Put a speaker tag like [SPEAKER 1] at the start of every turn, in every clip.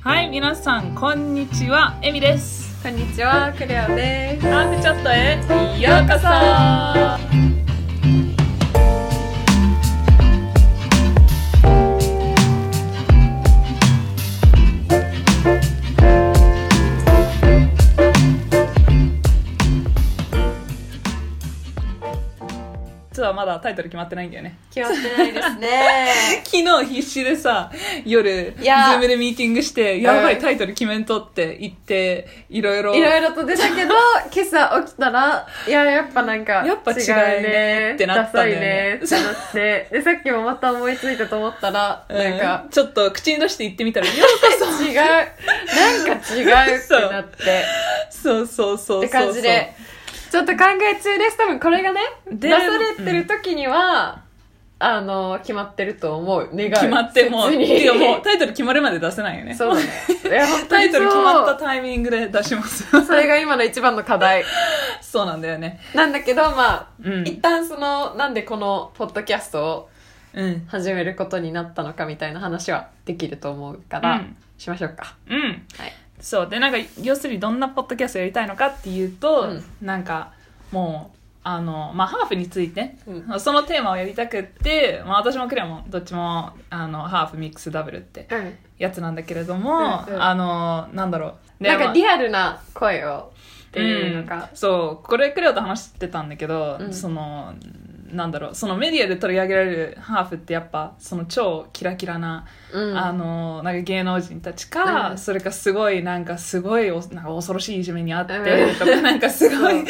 [SPEAKER 1] はい、皆さん、こんにちは、エミです。
[SPEAKER 2] こんにちは、クレアです。
[SPEAKER 1] なんでちょっとへ、ようこそ実はまだタイトル決まってないんだよね。
[SPEAKER 2] 決まってないですね。
[SPEAKER 1] 昨日必死でさ、夜、ズ
[SPEAKER 2] いやー
[SPEAKER 1] ームでミーティングして、やば
[SPEAKER 2] う
[SPEAKER 1] い
[SPEAKER 2] ん
[SPEAKER 1] タイトル決めんとって言って、い ろいろ、
[SPEAKER 2] いろいろと出たけど、 今朝起きたら、いや、やっぱなんか、
[SPEAKER 1] やっぱ違うねってな
[SPEAKER 2] ダ
[SPEAKER 1] ったん
[SPEAKER 2] サい
[SPEAKER 1] だよね
[SPEAKER 2] ねってなって、で、さっきもまた思いついたと思ったら、
[SPEAKER 1] うん
[SPEAKER 2] なんか、
[SPEAKER 1] ちょっと口に出して言ってみたら、ようこそ
[SPEAKER 2] 違う、なんか違うってなって、
[SPEAKER 1] そうそうそうそうそう。
[SPEAKER 2] って感じで、ちょっと考え中です。多分これがね、
[SPEAKER 1] で
[SPEAKER 2] 出されてる時には、あの、決まってると思う。願う。
[SPEAKER 1] 決まってもう、
[SPEAKER 2] 切に
[SPEAKER 1] てかもうタイトル決まるまで出せないよね。
[SPEAKER 2] そうだね。いや、本当にそう
[SPEAKER 1] タイトル決まったタイミングで出します。そ
[SPEAKER 2] それが今の一番の課題。
[SPEAKER 1] うなんだよね。
[SPEAKER 2] なんだけど、まあ、
[SPEAKER 1] うん
[SPEAKER 2] 一旦その、なんでこのポッドキャストを
[SPEAKER 1] うん。
[SPEAKER 2] 始めることになったのかみたいな話はできると思うから、
[SPEAKER 1] うん
[SPEAKER 2] しましょうか。
[SPEAKER 1] うん。
[SPEAKER 2] はい。
[SPEAKER 1] そう。で、なんか、要するにどんなポッドキャストやりたいのかっていうと、
[SPEAKER 2] うん
[SPEAKER 1] なんか、もう、あの、まあ、ハーフについて、
[SPEAKER 2] う
[SPEAKER 1] そのテーマをやりたくって、まあ、私もクレアもどっちも、あの、ハーフミックスダブルって
[SPEAKER 2] うん。
[SPEAKER 1] やつなんだけれども、
[SPEAKER 2] うんうん
[SPEAKER 1] あの、なんだろう。で
[SPEAKER 2] なん
[SPEAKER 1] ま
[SPEAKER 2] か
[SPEAKER 1] あ
[SPEAKER 2] リアルな声をっていうのが
[SPEAKER 1] ん、そうこれクレオと話してたんだけど、
[SPEAKER 2] うん
[SPEAKER 1] そのなんだろうそのメディアで取り上げられるハーフってやっぱその超キラキラな、
[SPEAKER 2] うん。
[SPEAKER 1] あのなんか芸能人たちか、
[SPEAKER 2] うん
[SPEAKER 1] それかすごいなんかすごいおなんか恐ろしいいじめにあって
[SPEAKER 2] うん
[SPEAKER 1] とか、なんかすご
[SPEAKER 2] そ
[SPEAKER 1] いう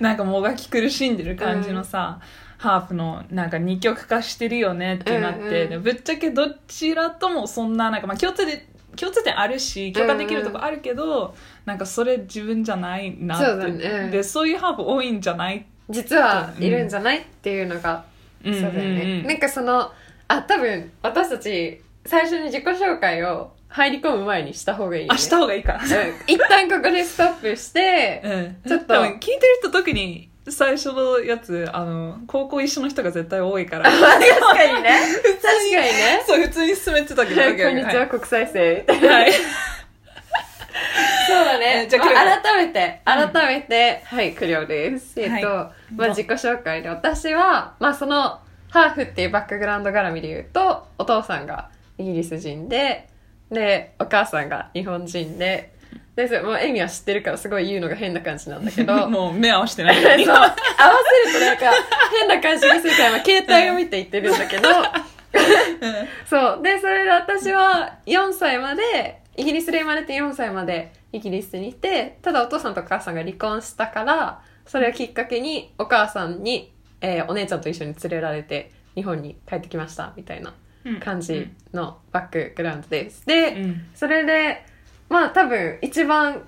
[SPEAKER 1] なんかもがき苦しんでる感じのさ、ハーフのなんか二極化してるよねってなって、
[SPEAKER 2] うんうん
[SPEAKER 1] でぶっちゃけどちらともそんななんかまあ共通で共通点あるし共感できるとこあるけど、なんかそれ自分じゃないなって
[SPEAKER 2] そうだね
[SPEAKER 1] でそういうハーフ多いんじゃない、
[SPEAKER 2] 実はいるんじゃないっていうのが、
[SPEAKER 1] うん
[SPEAKER 2] そうだよね、
[SPEAKER 1] うんうん
[SPEAKER 2] なんかその、あ、多分私たち最初に自己紹介を入り込む前にした方がいい、ね。
[SPEAKER 1] あした方がいいか
[SPEAKER 2] うん一旦ここでストップして、
[SPEAKER 1] うん
[SPEAKER 2] ちょっと
[SPEAKER 1] 多分聞いてる人特に最初のやつあの高校一緒の人が絶対多いから
[SPEAKER 2] 確かにね。 確かにね。
[SPEAKER 1] そう普通に進めてたけど
[SPEAKER 2] はいこんにちは、国際生。そう
[SPEAKER 1] はいはい
[SPEAKER 2] だ
[SPEAKER 1] え
[SPEAKER 2] ね。
[SPEAKER 1] じゃあ
[SPEAKER 2] ま
[SPEAKER 1] クレオ
[SPEAKER 2] あ改めて、改めて、はい、クリオです。えっと、
[SPEAKER 1] は
[SPEAKER 2] まあ自己紹介で、私は、まあその、ハーフっていうバックグラウンド絡みで言うと、お父さんがイギリス人で、で、お母さんが日本人で、で、そうもうエミは知ってるからすごい言うのが変な感じなんだけ ど、
[SPEAKER 1] もう目合わせてな
[SPEAKER 2] そう合わせ
[SPEAKER 1] い
[SPEAKER 2] るとなんか 変な感じがするから、まあ、携帯を見て言ってるんだけど、そう。で、それで私は4歳まで、イギリスで生まれて4歳までイギリスにいて、ただお父さんとお母さんが離婚したから、それをきっかけにお母さんに、えーお姉ちゃんと一緒に連れられて日本に帰ってきました、みたいな感じのバックグラウンドです。で、
[SPEAKER 1] うん
[SPEAKER 2] それで、まあ多分一番、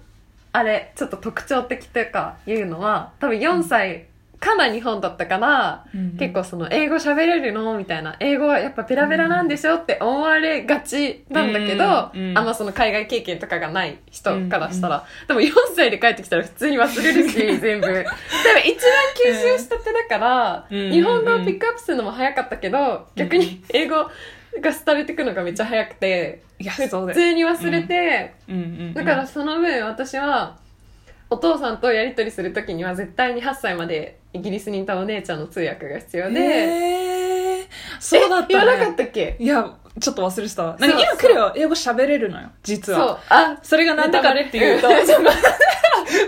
[SPEAKER 2] あれ、ちょっと特徴的というか言うのは、多分4歳から日本だったから、
[SPEAKER 1] うん
[SPEAKER 2] 結構その英語喋れるのみたいな、英語はやっぱペラペラなんでしょって思われがちなんだけど、
[SPEAKER 1] うんうん
[SPEAKER 2] あんまその海外経験とかがない人からしたら、でも4歳で帰ってきたら普通に忘れる し、全部。多分一番吸収したてだから、
[SPEAKER 1] うん
[SPEAKER 2] 日本語をピックアップするのも早かったけど、逆に英語が廃れてくのがめっちゃ早くて、
[SPEAKER 1] いやそう
[SPEAKER 2] 普
[SPEAKER 1] だよ、
[SPEAKER 2] 通に忘れて、
[SPEAKER 1] うんうんうん
[SPEAKER 2] だからその分私はお父さんとやり取りするときには絶対に8歳までイギリスにいたお姉ちゃんの通訳が必要で、
[SPEAKER 1] へーそうだった、ね、
[SPEAKER 2] え言わなかったっけ
[SPEAKER 1] いやちょっと忘れてたわ
[SPEAKER 2] そう
[SPEAKER 1] なんか今
[SPEAKER 2] そう
[SPEAKER 1] クレは英語喋れるのよ実
[SPEAKER 2] そう
[SPEAKER 1] は
[SPEAKER 2] あ
[SPEAKER 1] それが何だかっていうと
[SPEAKER 2] ネタ バ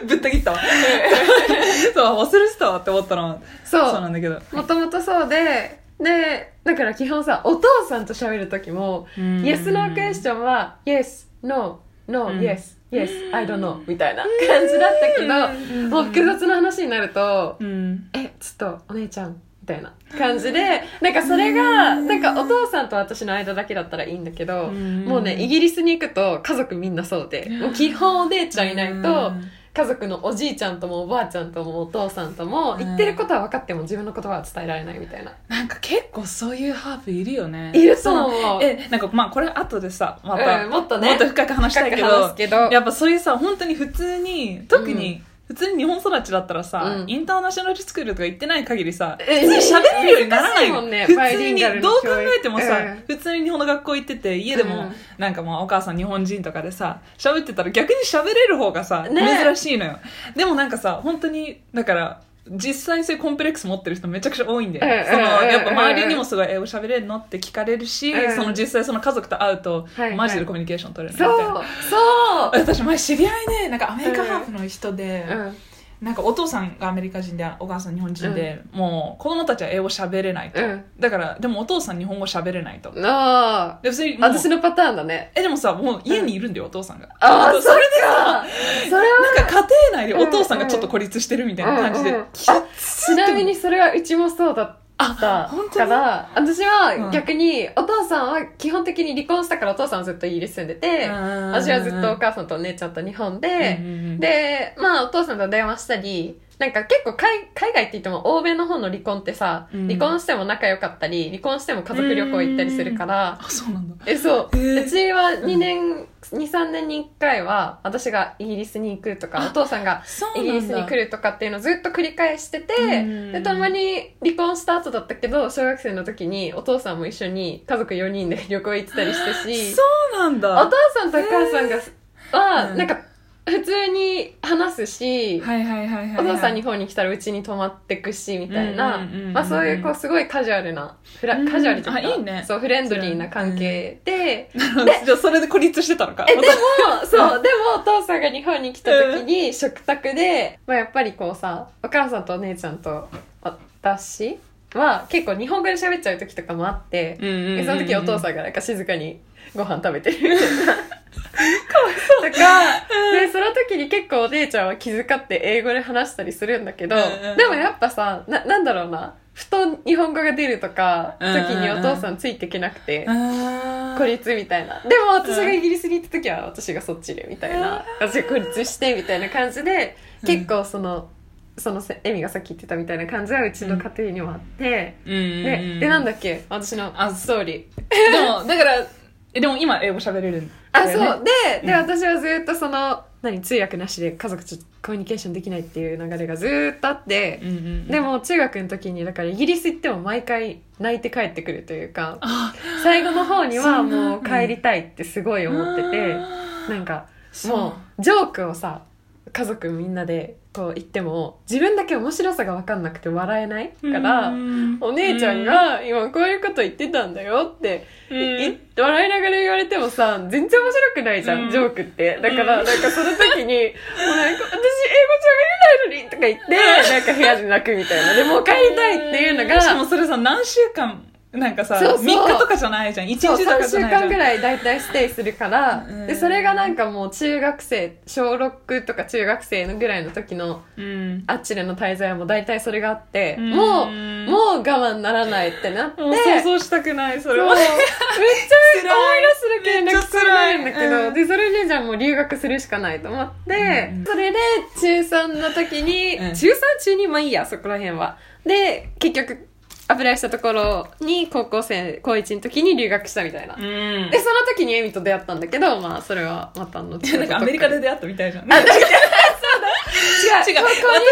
[SPEAKER 1] ぶった切ったわ そう忘れてたわって思ったの
[SPEAKER 2] そう
[SPEAKER 1] そうなんだけど
[SPEAKER 2] もともとそうででだから基本さお父さんと喋るときも「
[SPEAKER 1] うん
[SPEAKER 2] Yes No Question」は「Yes No No
[SPEAKER 1] うん
[SPEAKER 2] Yes Yes I don't know」みたいな感じだったけどもう複雑な話になると
[SPEAKER 1] うん
[SPEAKER 2] えちょっとお姉ちゃんみたいな感じでなんかそれがなんかお父さんと私の間だけだったらいいんだけど
[SPEAKER 1] うん
[SPEAKER 2] もうねイギリスに行くと家族みんなそうでもう基本お姉ちゃんいないと家族のおじいちゃんともおばあちゃんともお父さんと
[SPEAKER 1] う
[SPEAKER 2] も
[SPEAKER 1] ん
[SPEAKER 2] 言ってることは分かっても自分の言葉は伝えられないみたいな
[SPEAKER 1] なんか結構そういうハーフいるよね
[SPEAKER 2] いると思う
[SPEAKER 1] えなんかまあこれ後でさまた、
[SPEAKER 2] うんもっと
[SPEAKER 1] もっ
[SPEAKER 2] ね
[SPEAKER 1] と深く話した
[SPEAKER 2] 深
[SPEAKER 1] い
[SPEAKER 2] く
[SPEAKER 1] け
[SPEAKER 2] 話す
[SPEAKER 1] ど
[SPEAKER 2] けど
[SPEAKER 1] やっぱそういうさ本当に普通に特に普通に日本育ちだったらさ、
[SPEAKER 2] うん
[SPEAKER 1] インターナショナルスクールとか行ってない限りさ、
[SPEAKER 2] え
[SPEAKER 1] 普通に喋れるようにならない
[SPEAKER 2] 難しいもんね
[SPEAKER 1] 普
[SPEAKER 2] バイ
[SPEAKER 1] 通
[SPEAKER 2] リン
[SPEAKER 1] に、
[SPEAKER 2] ガル
[SPEAKER 1] ど
[SPEAKER 2] の
[SPEAKER 1] う考
[SPEAKER 2] 教育
[SPEAKER 1] えてもさ、
[SPEAKER 2] うん
[SPEAKER 1] 普通に日本の学校行ってて、家でも、
[SPEAKER 2] うん
[SPEAKER 1] なんかまあお母さん日本人とかでさ、喋ってたら逆に喋れる方がさ、
[SPEAKER 2] ね
[SPEAKER 1] 珍しいのよ。でもなんかさ、本当に、だから、実際そういうコンプレックス持ってる人めちゃくちゃ多いんだよね。
[SPEAKER 2] うん
[SPEAKER 1] その、
[SPEAKER 2] うん
[SPEAKER 1] やっぱ周りに
[SPEAKER 2] う
[SPEAKER 1] もすごい、え、お喋れるのって聞かれるし、
[SPEAKER 2] うん
[SPEAKER 1] その実際その家族と会うと、
[SPEAKER 2] はいはい
[SPEAKER 1] マジでコミュニケーション取れる
[SPEAKER 2] そ
[SPEAKER 1] なみたいな
[SPEAKER 2] うそう
[SPEAKER 1] 私前知り合いでなんかアメリカハーフの人で、
[SPEAKER 2] うん
[SPEAKER 1] なんかお父さんがアメリカ人でお母さん日本人で、もう子供たちは英語喋れないと、
[SPEAKER 2] うん
[SPEAKER 1] だからでもお父さん日本語喋れないと、
[SPEAKER 2] あ
[SPEAKER 1] で別にもう
[SPEAKER 2] 私のパターンだね
[SPEAKER 1] えでもさもう家にいるんだよ、お父さんが
[SPEAKER 2] ああ
[SPEAKER 1] そ
[SPEAKER 2] そ
[SPEAKER 1] れ
[SPEAKER 2] っ
[SPEAKER 1] でさ
[SPEAKER 2] かそれは
[SPEAKER 1] なんか家庭内でお父さんがちょっと孤立してるみたいな感じで、
[SPEAKER 2] うんうんうん
[SPEAKER 1] きつ
[SPEAKER 2] ち
[SPEAKER 1] い
[SPEAKER 2] なみにそれはうちもそうだった
[SPEAKER 1] あ本当
[SPEAKER 2] か
[SPEAKER 1] に
[SPEAKER 2] ら私
[SPEAKER 1] うん
[SPEAKER 2] は逆にお父さんは基本的に離婚したからお父さんはずっとイギリス住んでて私
[SPEAKER 1] 私
[SPEAKER 2] はずっとお母さんとお姉ちゃんと日本で、
[SPEAKER 1] で
[SPEAKER 2] で、まあお父さんと電話したり、なんか結構海海外って言っても欧米の方の離婚ってさ、
[SPEAKER 1] うん
[SPEAKER 2] 離婚しても仲良かったり、離婚しても家族旅行行ったりするから、
[SPEAKER 1] あそうなんだ
[SPEAKER 2] え、そう。
[SPEAKER 1] へー
[SPEAKER 2] うちは2年、2、3年に1回は、私がイギリスに行くとか、お父さんが
[SPEAKER 1] そうなんだ
[SPEAKER 2] イギリスに来るとかっていうのをずっと繰り返してて
[SPEAKER 1] うん、
[SPEAKER 2] で、たまに離婚した後だったけど、小学生の時にお父さんも一緒に家族4人で旅行行ってたりしたし、
[SPEAKER 1] そうなんだ
[SPEAKER 2] お父さんとお母さんが、は、
[SPEAKER 1] うん
[SPEAKER 2] なんか、普通に話すし、
[SPEAKER 1] はいはいはいはい、はい、
[SPEAKER 2] お父さん日本に来たらうちに泊まってくし、みたいな、
[SPEAKER 1] うんうんうんうん
[SPEAKER 2] まあそういう、こう、すごいカジュアルな、フラ
[SPEAKER 1] うん
[SPEAKER 2] カジュアルというか、
[SPEAKER 1] あいいね
[SPEAKER 2] そう、フレンドリーな関係で、
[SPEAKER 1] じゃあそれで孤立してたのか
[SPEAKER 2] え、でも、そう、でも、お父さんが日本に来た時に、食卓で、まあやっぱりこうさ、お母さんとお姉ちゃんと、私は、結構日本語で喋っちゃう時とかもあって、
[SPEAKER 1] うんうんうんう
[SPEAKER 2] で
[SPEAKER 1] ん
[SPEAKER 2] その時お父さんがなんか静かにご飯食べてるみた いな。とか、で、その時に結構お姉ちゃんは気遣って英語で話したりするんだけど、
[SPEAKER 1] うんうんうん
[SPEAKER 2] でもやっぱさ、な、なんだろうな、ふと日本語が出るとか、
[SPEAKER 1] うん
[SPEAKER 2] 時
[SPEAKER 1] うんうん
[SPEAKER 2] にお父さんついてきなくて、
[SPEAKER 1] あー
[SPEAKER 2] 孤立みたいな。でも私がイギリスに行った時は私がそっちでみたいな。私が孤立してみたいな感じで、
[SPEAKER 1] うん
[SPEAKER 2] 結構その、そのせエミがさっき言ってたみたいな感じはうちの家庭にもあって、
[SPEAKER 1] うんうんう
[SPEAKER 2] で
[SPEAKER 1] ん
[SPEAKER 2] でなんだっけ私の
[SPEAKER 1] あ
[SPEAKER 2] ストーリー
[SPEAKER 1] でもだからえでも今英語喋れるんだ
[SPEAKER 2] あ、
[SPEAKER 1] よね
[SPEAKER 2] そう。で、で、
[SPEAKER 1] うん
[SPEAKER 2] 私はずっとその、何、通訳なしで家族とコミュニケーションできないっていう流れがずっとあって、
[SPEAKER 1] うんうんうん
[SPEAKER 2] でも中学の時に、だからイギリス行っても毎回泣いて帰ってくるというか、
[SPEAKER 1] あ
[SPEAKER 2] 最後の方には
[SPEAKER 1] そうなん
[SPEAKER 2] もう帰りたいってすごい思ってて、なんか、もう、ジョークをさ、家族みんなでこう言っても、自分だけ面白さが分かんなくて笑えないから、お姉ちゃんが今こういうこと言ってたんだよってい笑いながら言われてもさ、全然面白くないじゃん、
[SPEAKER 1] うん
[SPEAKER 2] ジョークって。だから、なんか その時に、もうなんか、私英語喋れないのにとか言って、なんか部屋で泣くみたいな。で、もう帰りたいっていうの
[SPEAKER 1] しかも
[SPEAKER 2] が、
[SPEAKER 1] それさ何週間なんかさ
[SPEAKER 2] そう
[SPEAKER 1] 3
[SPEAKER 2] そう
[SPEAKER 1] 日とかじゃないじゃん1
[SPEAKER 2] そう、
[SPEAKER 1] 日とか
[SPEAKER 2] 3
[SPEAKER 1] じ
[SPEAKER 2] 週
[SPEAKER 1] ゃない
[SPEAKER 2] 間
[SPEAKER 1] じ
[SPEAKER 2] ぐ
[SPEAKER 1] ゃん
[SPEAKER 2] らい大体ステイするから
[SPEAKER 1] うん、
[SPEAKER 2] で、それがなんかもう中学生、小6とか中学生のぐらいの時の
[SPEAKER 1] うん
[SPEAKER 2] あっちでの滞在はもう大体それがあって、
[SPEAKER 1] うん
[SPEAKER 2] もう、もう我慢ならないってなって、
[SPEAKER 1] もう想像したくないそれ
[SPEAKER 2] そうめ
[SPEAKER 1] は
[SPEAKER 2] っちゃ
[SPEAKER 1] 辛い
[SPEAKER 2] 思い出すだけで泣きそうになるんだけ
[SPEAKER 1] めっちゃ辛い
[SPEAKER 2] ど、
[SPEAKER 1] うん
[SPEAKER 2] で、それでじゃあもう留学するしかないと思って、
[SPEAKER 1] うん
[SPEAKER 2] それで中3の時に、
[SPEAKER 1] うん
[SPEAKER 2] 中3中にまあいいや、そこら辺は。で、結局、アプライしたところに高校生、高1の時に留学したみたいな。
[SPEAKER 1] うん
[SPEAKER 2] で、その時にエミと出会ったんだけど、まあそれはまた後ほどとか
[SPEAKER 1] なんかアメリカで出会ったみたいじゃん
[SPEAKER 2] 違う、
[SPEAKER 1] 違う
[SPEAKER 2] 高校に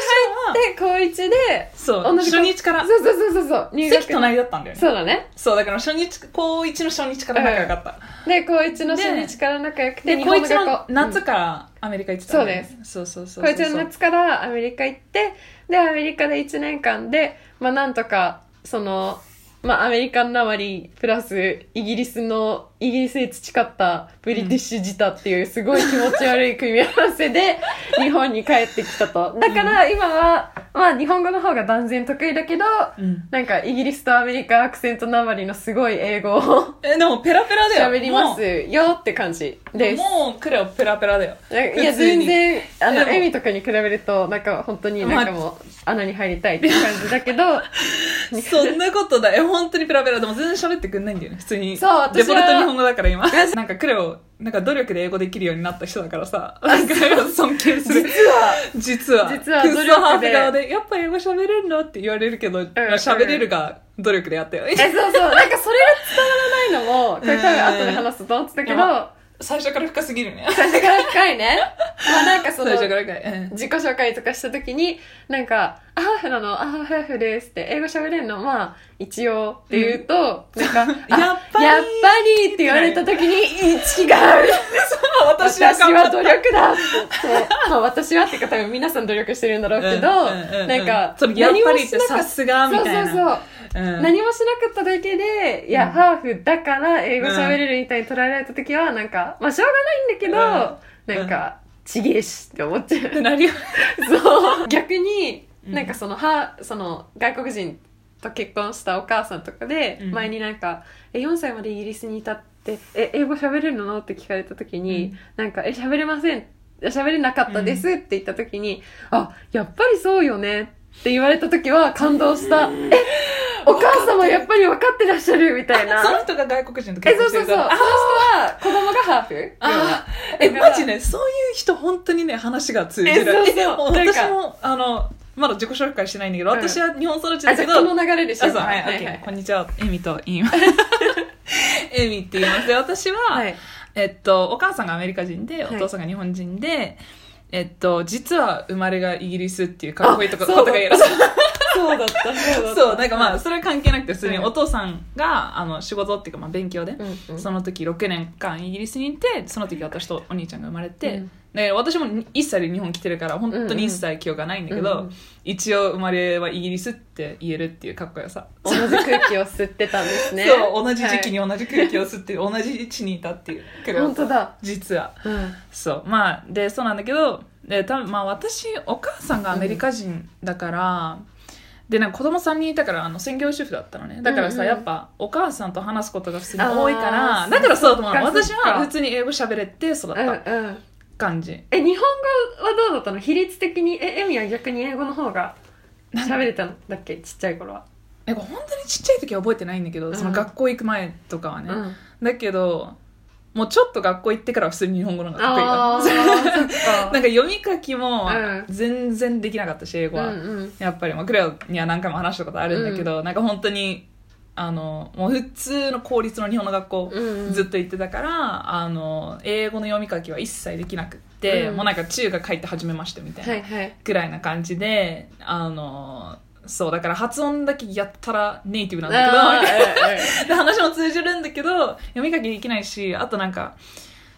[SPEAKER 2] 入って、高1で、
[SPEAKER 1] そう
[SPEAKER 2] 同じ
[SPEAKER 1] 初日から
[SPEAKER 2] そうそうそうそうそう、入学。
[SPEAKER 1] 席隣だったんだよね
[SPEAKER 2] そうだね。
[SPEAKER 1] そうだから初日高1の初日から仲良かった
[SPEAKER 2] で、高1の初日から仲良く
[SPEAKER 1] で、
[SPEAKER 2] て、日
[SPEAKER 1] こ
[SPEAKER 2] 本
[SPEAKER 1] い
[SPEAKER 2] の
[SPEAKER 1] つ
[SPEAKER 2] 学
[SPEAKER 1] の
[SPEAKER 2] 校。うん
[SPEAKER 1] 夏からアメリカ行ってたんだよねそうそうそうそう。
[SPEAKER 2] こいつの夏からアメリカ行って、で、アメリカで1年間で、まあなんとか、その、まあアメリカンなまり、プラスイギリスの、イギリスで培ったブリティッシュジタっていうすごい気持ち悪い組み合わせ で、日本に帰ってきたと。だから今は、まあ日本語の方が断然得意だけど、
[SPEAKER 1] うん。
[SPEAKER 2] なんかイギリスとアメリカアクセントなまりのすごい英語を
[SPEAKER 1] え、でもペラペラだよ。
[SPEAKER 2] 喋りますよって感じ
[SPEAKER 1] もう。
[SPEAKER 2] です。
[SPEAKER 1] もうクレオペラペラだよ。
[SPEAKER 2] えい
[SPEAKER 1] 普
[SPEAKER 2] や、
[SPEAKER 1] 通に
[SPEAKER 2] 全然、あの
[SPEAKER 1] で、も
[SPEAKER 2] エミとかに比べると、なんか、本当になんかもう、穴に入りたいっていう感じ だけど、
[SPEAKER 1] そんなことだよ。本当にペラペラ。でも全然喋ってくんないんだよね。普通に。
[SPEAKER 2] そう私は
[SPEAKER 1] デフォルト日本語だから今。なんかクレオ、なんか努力で英語できるようになった人だからさ。なんか尊敬する。実は。
[SPEAKER 2] 実は
[SPEAKER 1] ク
[SPEAKER 2] 努
[SPEAKER 1] ソ
[SPEAKER 2] 力で
[SPEAKER 1] ハーフ側で、やっぱ英語喋れるのって言われるけど、喋れるが努力でやったよ。
[SPEAKER 2] え、そうそう、なんかそれが伝わらないのも、これ多分後で話すと思ってたけど、
[SPEAKER 1] うん最初から深すぎるね
[SPEAKER 2] 最初から深いね。まあなんかそ
[SPEAKER 1] 最
[SPEAKER 2] の、
[SPEAKER 1] 初から深い、うん
[SPEAKER 2] 自己紹介とかした時に、なんか、アハーフなの、アハーフですって、英語喋れるの、まあ、一応って言うと、なんか、あ
[SPEAKER 1] やっぱり
[SPEAKER 2] やっぱりって言われた時に、違う
[SPEAKER 1] そう私
[SPEAKER 2] 私
[SPEAKER 1] は頑張
[SPEAKER 2] は
[SPEAKER 1] った
[SPEAKER 2] 努力だって言って、まあ私はっていうか多分皆さん努力してるんだろうけど、
[SPEAKER 1] うんうんうん
[SPEAKER 2] なんか、
[SPEAKER 1] それやっぱりって
[SPEAKER 2] 何もしな
[SPEAKER 1] さ
[SPEAKER 2] かっ
[SPEAKER 1] すがみたいな
[SPEAKER 2] そうそうそう。
[SPEAKER 1] うん
[SPEAKER 2] 何もしなかっただけで、いや、
[SPEAKER 1] うん
[SPEAKER 2] ハーフだから英語喋れるみたいに捉えられた時は、なんか、まあ、しょうがないんだけ
[SPEAKER 1] う
[SPEAKER 2] ど、
[SPEAKER 1] ん
[SPEAKER 2] なんか、ちげえしって思っちゃ
[SPEAKER 1] ってなるよね
[SPEAKER 2] う。そう。 逆に、
[SPEAKER 1] うん
[SPEAKER 2] なんかその、は、その、外国人と結婚したお母さんとかで、
[SPEAKER 1] うん
[SPEAKER 2] 前になんか、え、4歳までイギリスにいたって、え、英語喋れるのって聞かれた時に、
[SPEAKER 1] うん
[SPEAKER 2] なんか、え、喋れません。喋れなかったですって言った時に、あ、やっぱりそうよねって言われた時は感動した。え、お母様やっぱり分かってらっしゃるみたいな。
[SPEAKER 1] その人が外国人と
[SPEAKER 2] え、
[SPEAKER 1] 結
[SPEAKER 2] そう
[SPEAKER 1] 婚して
[SPEAKER 2] そうそ
[SPEAKER 1] る
[SPEAKER 2] う。その人
[SPEAKER 1] からあ
[SPEAKER 2] は子供がハーフ
[SPEAKER 1] あ
[SPEAKER 2] え、
[SPEAKER 1] え
[SPEAKER 2] だから
[SPEAKER 1] マジねそういう人本当にね話が通じる
[SPEAKER 2] えそうそう
[SPEAKER 1] え
[SPEAKER 2] なんか
[SPEAKER 1] 私もあのまだ自己紹介してないんだけど、
[SPEAKER 2] うん
[SPEAKER 1] 私は日本育ちだ
[SPEAKER 2] あ、じ
[SPEAKER 1] け
[SPEAKER 2] ゃ
[SPEAKER 1] ど
[SPEAKER 2] あこの流れでしょ
[SPEAKER 1] あそうはい、OK こんにちはエミと言 いますエミって言いますで私は、
[SPEAKER 2] はい。
[SPEAKER 1] えっとお母さんがアメリカ人でお
[SPEAKER 2] はい
[SPEAKER 1] 父さんが日本人で、えっと実は生まれがイギリスっていうかっこいいとこ
[SPEAKER 2] あ
[SPEAKER 1] こ
[SPEAKER 2] そうだ
[SPEAKER 1] とが言える
[SPEAKER 2] そうだった、そうだった。
[SPEAKER 1] そうなんかまあそれは関係なくて普通に
[SPEAKER 2] はい
[SPEAKER 1] お父さんがあの仕事っていうかまあ勉強で、
[SPEAKER 2] うんうん
[SPEAKER 1] その時6年間イギリスにいてその時私とお兄ちゃんが生まれて、
[SPEAKER 2] うん
[SPEAKER 1] で私も1歳で日本来てるから本当に一切記憶がないんだけど、
[SPEAKER 2] うんうん
[SPEAKER 1] 一応生まれはイギリスって言えるっていうかっこよさ、
[SPEAKER 2] 同じ空気を吸ってたんですね。
[SPEAKER 1] そう同じ時期に
[SPEAKER 2] は
[SPEAKER 1] 同じ空気を吸って同じ位置にいたって いうかっ
[SPEAKER 2] い。
[SPEAKER 1] こよさ
[SPEAKER 2] 本当だ。
[SPEAKER 1] 実は
[SPEAKER 2] うん。
[SPEAKER 1] そうまあでそうなんだけどで多分まあ私お母さんがアメリカ人だから、でなんか子供3人いたからあの専業主婦だったのねだからさ、
[SPEAKER 2] うんうん
[SPEAKER 1] やっぱお母さんと話すことが普通に多いか
[SPEAKER 2] あ
[SPEAKER 1] ら
[SPEAKER 2] ー
[SPEAKER 1] だからそう
[SPEAKER 2] そ
[SPEAKER 1] と
[SPEAKER 2] っ
[SPEAKER 1] 思う
[SPEAKER 2] か
[SPEAKER 1] 私
[SPEAKER 2] そっか
[SPEAKER 1] は普通に英語喋れて育っ
[SPEAKER 2] うんう
[SPEAKER 1] た
[SPEAKER 2] ん。
[SPEAKER 1] 感じ
[SPEAKER 2] え、日本語はどうだったの比率的に、え、エミは逆に英語の方が喋れたんだっけちっちゃい頃は。
[SPEAKER 1] なんか本当にちっちゃい時は覚えてないんだけど、
[SPEAKER 2] うん
[SPEAKER 1] その学校行く前とかは
[SPEAKER 2] う
[SPEAKER 1] ね、
[SPEAKER 2] ん。
[SPEAKER 1] だけどもうちょっと学校行ってからは普通に日本語の方が得意
[SPEAKER 2] ああ、
[SPEAKER 1] だ
[SPEAKER 2] そっか。
[SPEAKER 1] なんか読み書きも
[SPEAKER 2] うん
[SPEAKER 1] 全然できなかったし英語は、
[SPEAKER 2] うんうん。
[SPEAKER 1] やっぱり、まあ、クレオには何回も話したことあるんだけど、なんか本当にあのもう普通の公立の日本の学校
[SPEAKER 2] うんうん
[SPEAKER 1] ずっと行ってたから、あの英語の読み書きは一切できなくって、
[SPEAKER 2] うん
[SPEAKER 1] もうなんか中学入って初めましてみたいな、
[SPEAKER 2] はいはい。
[SPEAKER 1] ぐらいな感じであのそうだから発音だけやったらネイティブなんだけど
[SPEAKER 2] あー
[SPEAKER 1] で話も通じるんだけど読み書きできないしあとなんか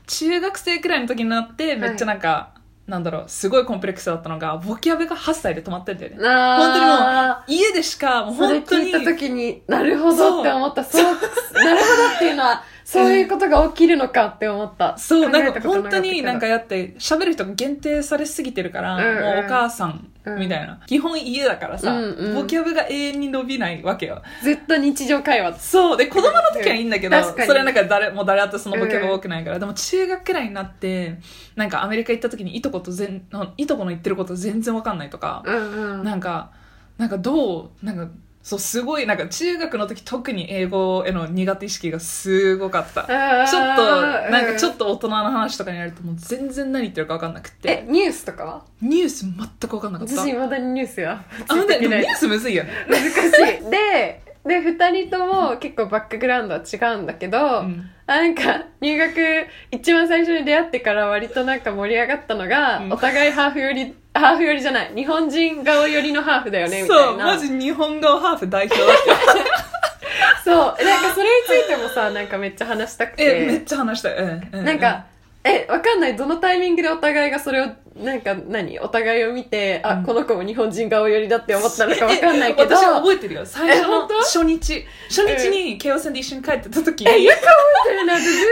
[SPEAKER 1] 中学生くらいの時になってめっちゃなんか、なんだろうすごいコンプレックスだったのがボキャブが8歳で止まってんだよね 本当にもう
[SPEAKER 2] あ
[SPEAKER 1] 家でしかもう
[SPEAKER 2] ーそれ
[SPEAKER 1] 本当
[SPEAKER 2] 聞い
[SPEAKER 1] に
[SPEAKER 2] た時になるほどって思ったそうなるほどっていうのはそういうことが起きるのかって思った
[SPEAKER 1] そう
[SPEAKER 2] 考え
[SPEAKER 1] なん
[SPEAKER 2] た
[SPEAKER 1] か
[SPEAKER 2] こと
[SPEAKER 1] 本当になんか
[SPEAKER 2] っ
[SPEAKER 1] やって喋る人が限定されすぎてるから、
[SPEAKER 2] うんうん
[SPEAKER 1] もうお母さんみたいな、基本家だからさ、
[SPEAKER 2] うんうん
[SPEAKER 1] ボキャブが永遠に伸びないわけよ
[SPEAKER 2] たずっと日常会話
[SPEAKER 1] そうで子供の時はいいんだけど、
[SPEAKER 2] うん確
[SPEAKER 1] そ
[SPEAKER 2] かに
[SPEAKER 1] れはなんか誰もう誰だってそのボキャブ多くないから、でも中学くらいになってなんかアメリカ行った時にいとこと全いとこの言ってること全然わかんないとか、
[SPEAKER 2] うんうん
[SPEAKER 1] なんかなんかどうなんかそうすごいなんか中学の時特に英語への苦手意識がすごかったちょっと、なんかちょっ
[SPEAKER 2] と
[SPEAKER 1] と大人の話とかになると、もう全然何言ってるか分かんなく
[SPEAKER 2] え
[SPEAKER 1] て、
[SPEAKER 2] ニュースとかは
[SPEAKER 1] ニュース全く分かんなかった。
[SPEAKER 2] 私いまだにニュースや
[SPEAKER 1] あ、待って、でも
[SPEAKER 2] な
[SPEAKER 1] ニ
[SPEAKER 2] い
[SPEAKER 1] ュースむずいよね。
[SPEAKER 2] 難し いでで2人とも結構バックグラウンドは違うんだけど、
[SPEAKER 1] うん
[SPEAKER 2] なんか、入学、一番最初に出会ってから割となんか盛り上がったのが、
[SPEAKER 1] うん
[SPEAKER 2] お互いハーフより、ハーフよりじゃない、日本人顔よりのハーフだよね、みた
[SPEAKER 1] そ、
[SPEAKER 2] いうな。
[SPEAKER 1] マジ日本語ハーフ代表だ った。
[SPEAKER 2] そう、なんかそれについてもさ、なんかめっちゃ話したく、
[SPEAKER 1] え、めってちゃ話した。うん。う
[SPEAKER 2] なん、か、え、わかんない、どのタイミングでお互いがそれを、なんか何お互いを見て、あ、
[SPEAKER 1] うん
[SPEAKER 2] この子も日本人顔よりだって思ったのか
[SPEAKER 1] え
[SPEAKER 2] わかんないけど、
[SPEAKER 1] 私は覚えてるよ。最初
[SPEAKER 2] え
[SPEAKER 1] の
[SPEAKER 2] 本当
[SPEAKER 1] 初日。初日に京王線で一緒に帰ってた時に、
[SPEAKER 2] え、
[SPEAKER 1] なん
[SPEAKER 2] よ
[SPEAKER 1] か
[SPEAKER 2] く覚えてるな、全然
[SPEAKER 1] や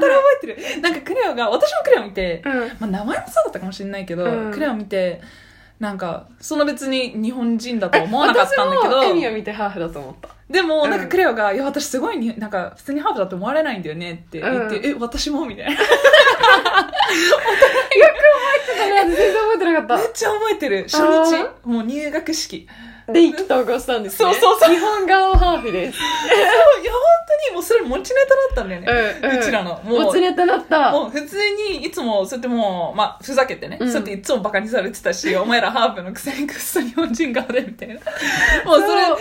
[SPEAKER 1] たら覚えてる。なんかクレオが、私もクレオ見て、
[SPEAKER 2] うん。
[SPEAKER 1] まあ名前もそうだったかもしれないけど、
[SPEAKER 2] うん
[SPEAKER 1] クレオ見て、なんか、その別に日本人だと
[SPEAKER 2] え
[SPEAKER 1] は思わなかったんだけど。
[SPEAKER 2] 私もエミを見てハーフだと思った。
[SPEAKER 1] でも、
[SPEAKER 2] うん
[SPEAKER 1] なんかクレオが、いや、私すごいに、なんか、普通にハーフだと思われないんだよねって言って、
[SPEAKER 2] うん
[SPEAKER 1] え、私もみたいな。めっ
[SPEAKER 2] 全然覚えてなかった。
[SPEAKER 1] ちゃ覚えてる。初
[SPEAKER 2] あ
[SPEAKER 1] 日、もう入学式。
[SPEAKER 2] で意気投合したんですね
[SPEAKER 1] そうそうそう
[SPEAKER 2] 日本顔ハーフです
[SPEAKER 1] いや、本当にもうそれ持ちネタだったんだよね。
[SPEAKER 2] う
[SPEAKER 1] うちらの。もう、
[SPEAKER 2] もつネタだった。
[SPEAKER 1] もう普通にいつもそうやってもう、まあ、ふざけてね、
[SPEAKER 2] うん
[SPEAKER 1] そうやっていつもバカにされてたしお前らハーブのくせにくっそ日本人顔でみたいなもうそれ
[SPEAKER 2] そう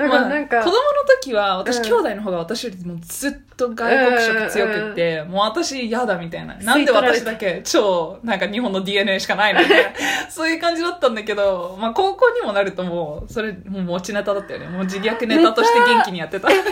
[SPEAKER 2] だから
[SPEAKER 1] まあ、
[SPEAKER 2] なんか、
[SPEAKER 1] 子供の時は私、
[SPEAKER 2] うん
[SPEAKER 1] 兄弟の方が私よりもずっと外国色強くって、もう私嫌だみたいななんで私だけ超なんか日本の DNA しかないのみたいなそういう感じだったんだけど、まあ、高校にもなるともうそれもう持ちネタだったよねもう自虐ネタとして元気にやってた
[SPEAKER 2] ネタだ